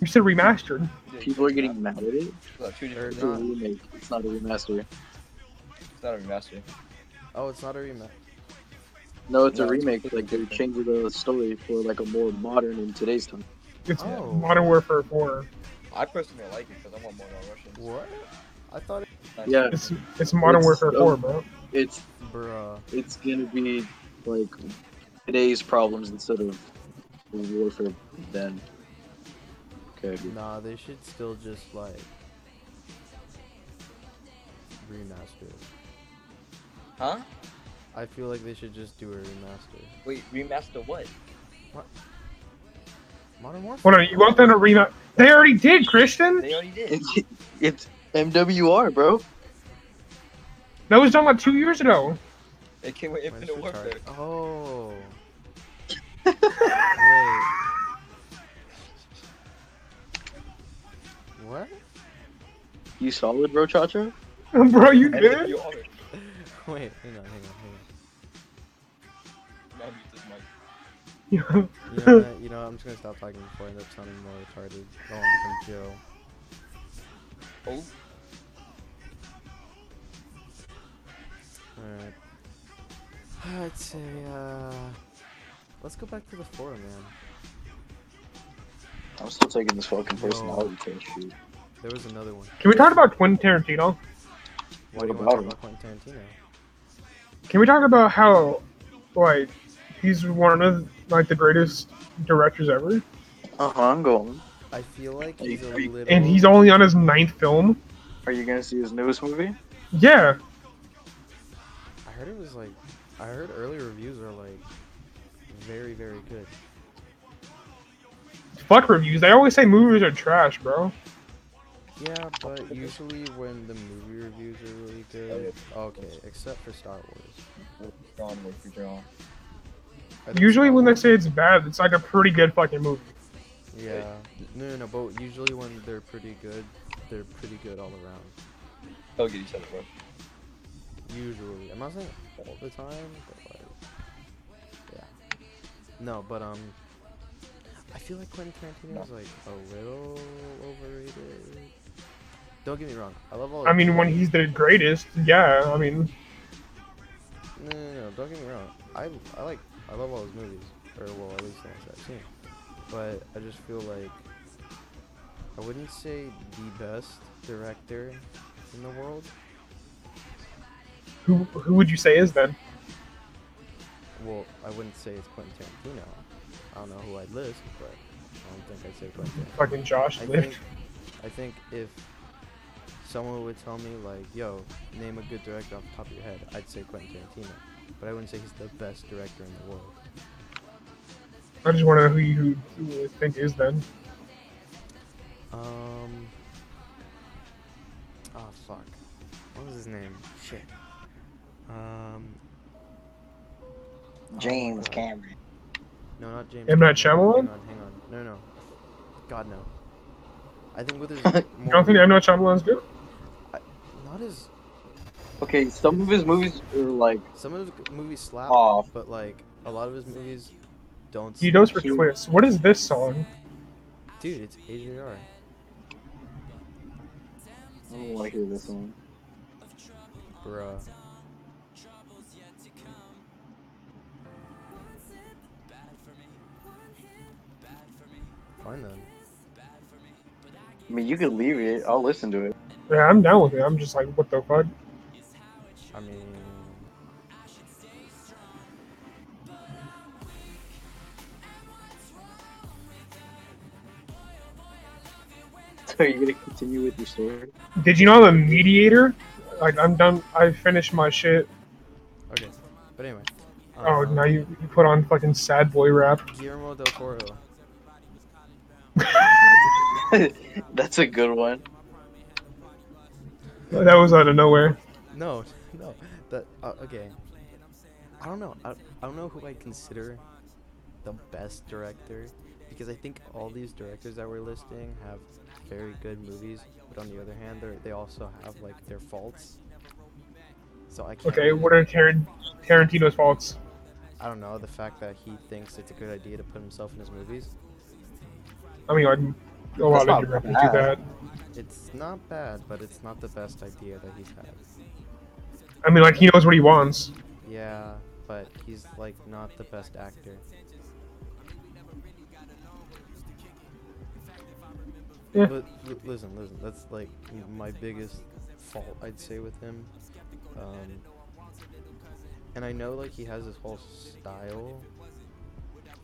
S5: You said remastered.
S1: Yeah,
S3: People are
S1: yeah.
S3: getting mad at it.
S1: Well, two
S2: Or
S1: different
S3: It's a
S1: things.
S2: not.
S3: remake. It's not a remaster.
S1: It's not a remaster.
S2: Oh, it's not a remaster.
S3: No, it's a
S1: No, it's
S3: remake. Like they're changing the story for like a more modern in today's time.
S5: It's
S2: Oh.
S5: Modern Warfare 4.
S1: I personally like it because I want more Russians.
S2: What? I thought it.
S1: Nice.
S3: Yeah,
S5: It's it's Modern
S3: It's-
S5: Warfare 4,
S3: um,
S5: bro.
S3: it's
S2: Bruh.
S3: it's gonna be like today's problems instead of warfare then. Okay.
S2: Nah, they should still just like remaster. it.
S1: Huh?
S2: I feel like they should just do a remaster.
S1: Wait, remaster what?
S2: Modern Warfare.
S5: Hold on, you want them to rema? They already did, Christian.
S1: They already did.
S3: It's, it's MWR, bro.
S5: That was done like two years ago. <laughs>
S1: It came with
S2: Mine's
S1: Infinite Warfare.
S2: retarded. Oh. Wait. <laughs> What?
S3: You solid, bro, Chacha?
S5: bro, you
S1: And
S5: did.
S1: you are.
S2: Wait, hang on, hang on,
S1: Now mute this mic.
S5: <laughs> Yeah.
S2: hang on. You know, what? you know, what? I'm just gonna stop talking before I end up sounding more retarded. I want to become Joe.
S1: Oh,
S2: Alright. <sighs> I'd say, uh. Let's go back to the forum, man.
S3: I I'm still taking this fucking personality test shit.
S2: There was another one.
S5: Can we talk about Quentin
S2: Why
S5: Tarantino?
S3: What
S2: do you want
S3: about him?
S2: to talk about Quentin Tarantino?
S5: Can we talk about how, like, he's one of like the greatest directors ever,
S3: Uh huh, I'm going.
S2: I feel like
S3: Hey,
S2: he's a
S3: freak.
S2: little.
S5: and he's only on his ninth film?
S3: Are you gonna see his newest movie?
S5: Yeah,
S2: I heard it was like. I heard early reviews are like very very good.
S5: fuck reviews. They always say movies are trash, bro.
S2: Yeah, but usually when the movie reviews are really good. Okay, except for Star Wars.
S1: Oh, John Wick, John.
S2: I think
S5: Usually
S2: Star
S5: when they
S2: Wars-
S5: say it's bad, it's like a pretty good fucking movie.
S2: Yeah. No, no, no, but usually when they're pretty good, they're pretty good all around.
S1: They'll get each other, bro.
S2: Usually. I'm not saying all the time, but like Yeah. No, but um I feel like Quentin Tarantino is like a little overrated. Don't get me wrong. I love all
S5: I mean, when he's the greatest, yeah. I mean,
S2: No, no, no, don't get me wrong. I, I like, I love all his movies, or well, at least the ones I've seen. But I just feel like I wouldn't say the best director in the world.
S5: who who would you say is then?
S2: Well, I wouldn't say it's Quentin Tarantino. I don't know who I'd list, but I don't think I'd say Quentin. Tarantino.
S5: Fucking <laughs> Josh
S2: I
S5: Licht.
S2: think, I think if someone would tell me like, "Yo, name a good director off the top of your head," I'd say Quentin Tarantino. But I wouldn't say he's the best director in the world.
S5: I just want to know who you who you think is then.
S2: Um. Oh fuck. What was his name? Shit. Um.
S6: James Cameron.
S2: No, not James.
S5: M. Night
S2: Cameron.
S5: Shyamalan?
S2: Hang on, hang on. No, no. God no. I think with his. I
S5: You don't think M Night Shyamalan's good?
S2: Not his.
S3: Okay, some of his movies are like
S2: Some of his movies slap,
S3: off.
S2: but like a lot of his movies don't.
S5: He knows for
S2: slap.
S5: twists. What is this song?
S2: Dude, it's AJR.
S3: I don't want to hear this one.
S2: Bruh. Fine then.
S3: I mean, you could leave it. I'll listen to it.
S5: Yeah, I'm down with it. I'm just like, what the fuck?
S2: I mean,
S3: So are you gonna continue with your story?
S5: Did you know the mediator? Like, I'm done. I finished my shit.
S2: okay. But anyway.
S5: Oh,
S2: um,
S5: now you, you put on fucking sad boy rap.
S2: Guillermo del Toro.
S3: <laughs> That's a good one.
S5: That was out of nowhere.
S2: No, <laughs> no. That uh, okay. I don't know. I, I don't know who I consider the best director because I think all these directors that we're listing have very good movies, but on the other hand, they they also have like their faults. So I can't.
S5: Okay,
S2: really-
S5: what are Taran- Tarantino's faults?
S2: I don't know the fact that he thinks it's a good idea to put himself in his movies.
S5: I mean, like, a lot
S3: not
S5: of directors do that.
S2: It's not bad, but it's not the best idea that he's had.
S5: I mean, like, he knows what he wants.
S2: Yeah, but he's like not the best actor.
S5: Yeah.
S2: Li- li- listen, listen. That's like my biggest fault, I'd say, with him. Um, and I know like he has his whole style.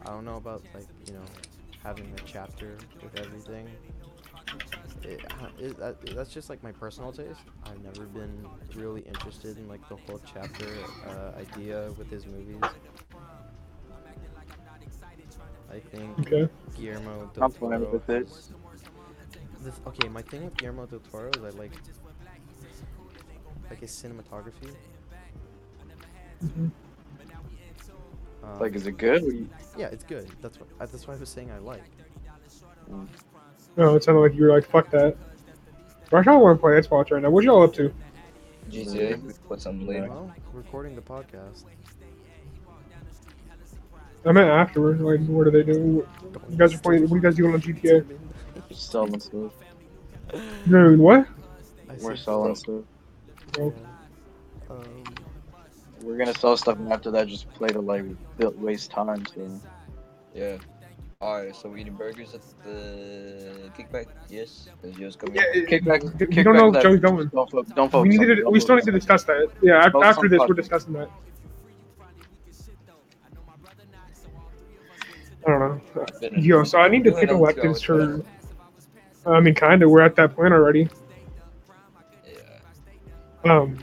S2: I don't know about like you know having a chapter with everything. It, it, that, that's just like my personal taste. I've never been really interested in like the whole chapter uh, idea with his movies. I think
S5: Okay.
S2: Guillermo del
S3: I'm fine
S2: Toro.
S3: with it.
S2: has- This, okay, my thing with Guillermo del Toro is I like like his cinematography.
S5: Mhm.
S2: Um,
S3: Mm-hmm. Like, is it good? What do you-
S2: yeah, it's good. That's what I, that's why I was saying I like.
S5: No, it sounded like you were like, fuck that. Rush Hour want to play Xbox right now. What y'all up to?
S1: GTA, we put something later.
S2: Well, recording the podcast.
S5: I meant afterwards. Like, what are they doing? What- You guys are playing. What are you guys doing on GTA?
S3: Just selling stuff.
S5: Dude, what?
S2: I
S3: We're
S2: said-
S3: selling stuff.
S5: Bro,
S2: Um,
S3: We're gonna sell stuff, and after that, just play to like wa- waste time. So
S1: Yeah. Alright, so we eating burgers at the kickback? Yes. Is yours coming?
S5: Yeah, it-
S3: Kickback.
S5: we
S3: kickback
S5: don't know if
S3: left.
S5: Joe's going.
S3: Don't focus. Don't focus.
S5: we needed. To,
S3: Don't
S5: we still need to
S3: focus.
S5: discuss that. Yeah. af-
S3: Focus
S5: After
S3: on
S5: this, we're
S3: fucking-
S5: discussing that. I don't know. Yo, so I need to pick a weapons turn. I mean, kinda. We're at that point already.
S1: Yeah.
S5: Um,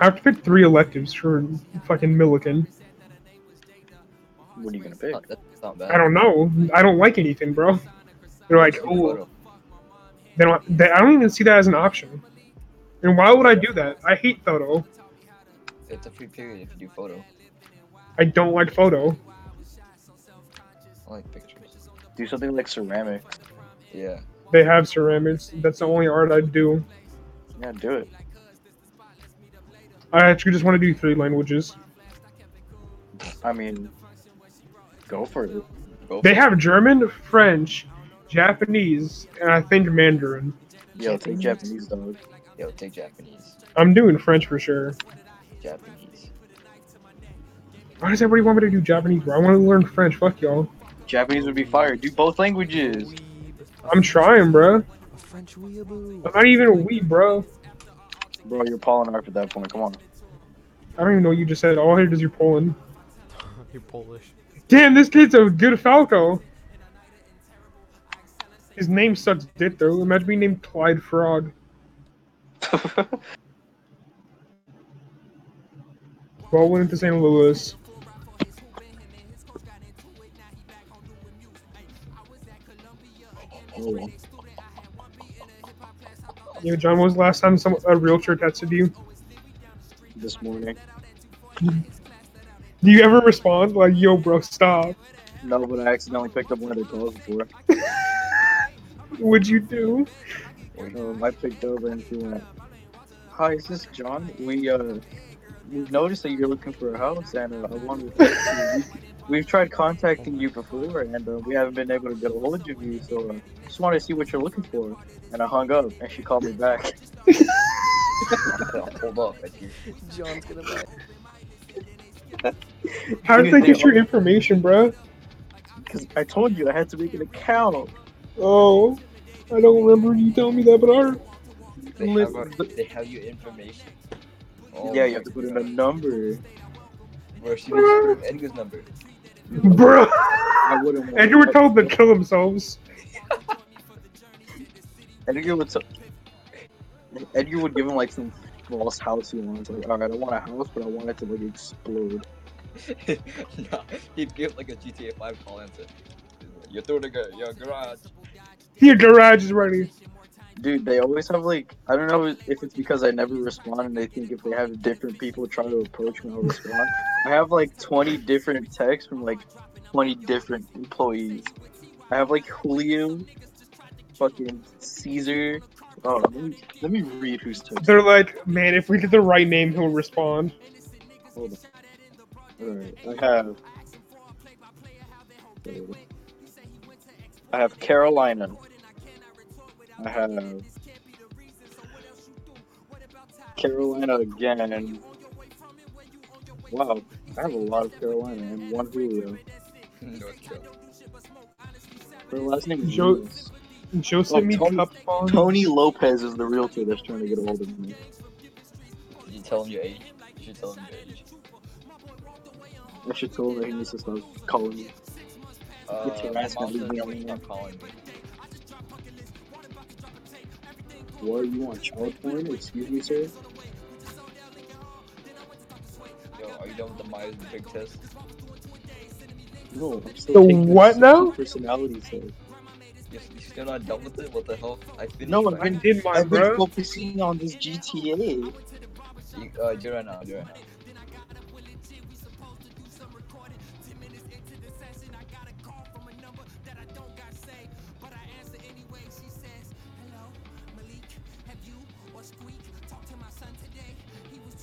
S5: I have to pick three electives for fucking Milliken.
S3: What are you gonna pick?
S1: Not, that's not bad.
S5: I don't know. I don't like anything, bro. They're like, oh,
S1: Photo.
S5: they don't. They, I don't even see that as an option. And why would I do that? I hate photo.
S1: It's a free period if you do photo.
S5: I don't like photo.
S1: I like pictures.
S3: Do something like ceramic.
S1: Yeah.
S5: They have ceramics. That's the only art I do.
S3: Yeah, do it.
S5: I actually just want to do three languages.
S3: I mean, go for it.
S1: Go
S5: They
S1: for
S5: have German, French, Japanese, and I think Mandarin.
S3: Yo, take Japanese dog.
S1: it. Yo, take Japanese.
S5: I'm doing French for sure.
S1: Japanese. <laughs>
S5: Why does everybody want me to do Japanese? Bro? I want to learn French. Fuck y'all.
S3: Japanese would be fire. Do both languages.
S5: I'm trying, bro.
S2: A French weeaboo.
S5: I'm not even a weeb, bro.
S3: Bro, you're Paul and Arp at that point. Come on. <laughs>
S5: I don't even know what you just said. All I heard is you're pulling.
S2: You're Polish.
S5: Damn, this kid's a good Falco. His name sucks dick though. Imagine being named Clyde Frog.
S3: Oh,
S5: Baldwin to St. Louis. Yo, John, when was the last time some a realtor texted you?
S3: this morning.
S5: Do you ever respond like, "Yo, bro, stop"?
S3: No, but I accidentally picked up one of their calls before.
S5: What'd you do?
S3: Um, I picked over and she went, "Hi, is this John? We uh, we've noticed that you're looking for a house, and uh, I wanted to talk to you. We've, we've tried contacting you before, and uh, we haven't been able to get a hold of you. So uh, just wanted to see what you're looking for." And I hung up, and she called me back. <laughs>
S1: Hold up. Right here.
S2: John's gonna buy.
S5: How did they get your information, bro?
S3: Because I told you I had to make an account.
S5: Oh, I don't remember you telling me that, but I
S1: They have, our,
S5: Listen.
S1: they have your information. Oh
S3: yeah,
S1: my
S3: you have to put in a
S1: God.
S3: number.
S1: Bro, she was from Edgar's number. <laughs>
S5: Bro, <laughs>
S3: I wouldn't. want-
S5: Edgar
S3: <laughs>
S5: were told to kill themselves.
S3: Edgar would. so- Edgar would give him like some false house he wants. Like, all right, I want a house, but I want it to like explode.
S1: nah, he'd give like a GTA 5 call answer. You're through the gar- your <laughs> garage.
S5: Your garage is ready.
S3: Dude, they always have like I don't know if it's because I never respond and they think if they have different people try to approach me, I'll respond. I have like twenty different texts from like twenty different employees. I have like Julio, fucking Caesar. Oh, let me, let me read who's texting.
S5: They're like, man, if we get the right name, he'll respond.
S3: Hold on. Alright, I have. I have Carolina. I have. Carolina again. Wow, I have a lot of Carolina and one Julio.
S1: North Carolina.
S3: Her last name is
S5: Joe-
S3: Lewis.
S5: Josemite
S3: Oh, Tony-
S5: Capon.
S3: Tony Lopez is the realtor that's trying to get a hold of me.
S1: Did you tell him your age? You should tell him your age.
S3: I should tell him that he needs to stop calling me.
S1: Uh,
S3: Get your
S1: my
S3: ass
S1: mom
S3: gonna
S1: says
S3: leave me
S1: don't
S3: alone.
S1: stop calling me.
S3: What you want child porn? Excuse me, sir.
S1: Yo, are you done with the Myers Big test?
S3: No, I'm still
S5: The
S3: taking this
S5: what now?
S3: Personality test.
S1: You, you still not done with it? What the hell? I finished.
S3: No,
S1: like,
S3: I've been,
S5: Did mine,
S3: I've been
S5: bro.
S3: focusing on this GTA.
S1: You, uh, do it right now. Do it right now.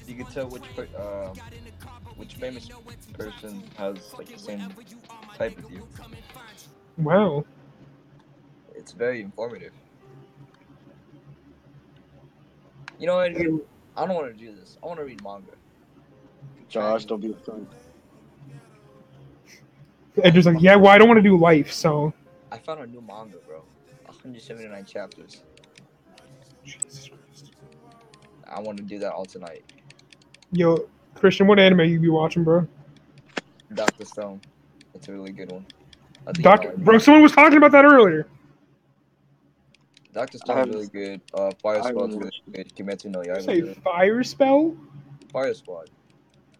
S1: You can tell which per- uh, which famous person has like the same type as you.
S5: Wow.
S1: It's very informative. You know what? I don't want to do this. I want to read manga.
S3: Josh, don't be a cunt.
S5: And just like, yeah, well, I don't want to do life, so.
S1: I found a new manga, bro. 179 chapters.
S5: Jesus Christ.
S1: I want to do that all tonight.
S5: Yo, Christian, what anime you be watching, bro?
S1: Doctor Stone. It's a really good one. I think
S5: Doc,
S1: you might like
S5: bro,
S1: it.
S5: someone was talking about that earlier.
S1: Doctor
S3: I
S1: Stone's
S3: haven't-
S1: really good. Uh, Fire
S3: I haven't
S1: Squad's really good.
S3: watched
S1: Kimetsu no
S5: Did
S1: Yaiba. really
S5: you Say
S1: good.
S5: fire spell.
S1: Fire Squad,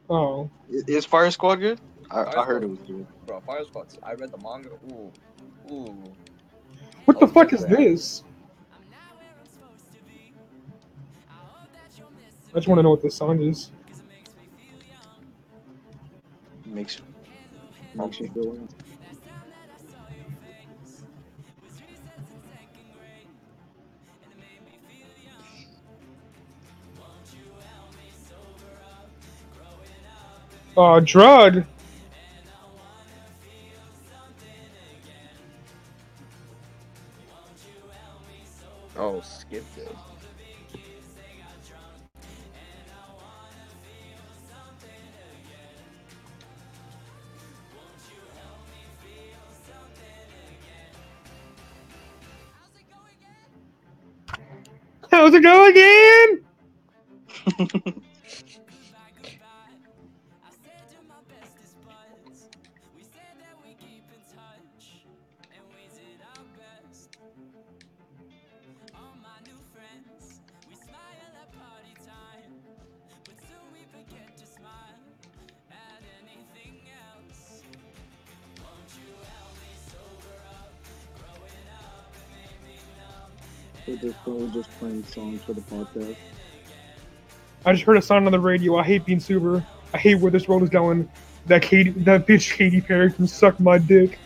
S5: Oh,
S3: I- Is Fire Squad good? I,
S1: Fire
S3: I heard it was
S1: Squad.
S3: good.
S1: bro. Fire Squad. I read the manga. Ooh, ooh.
S5: what the
S1: Oh,
S5: fuck is
S1: yeah.
S5: this? I just want to know what this song is.
S3: Makes makes you feel. old.
S5: Oh, drug.
S1: Oh, skip this.
S5: How's it going again?
S3: We're just, we're just playing songs for the podcast.
S5: I just heard a song on the radio. I hate being sober. I hate where this world is going. That Katy, that bitch Katy Perry can suck my dick.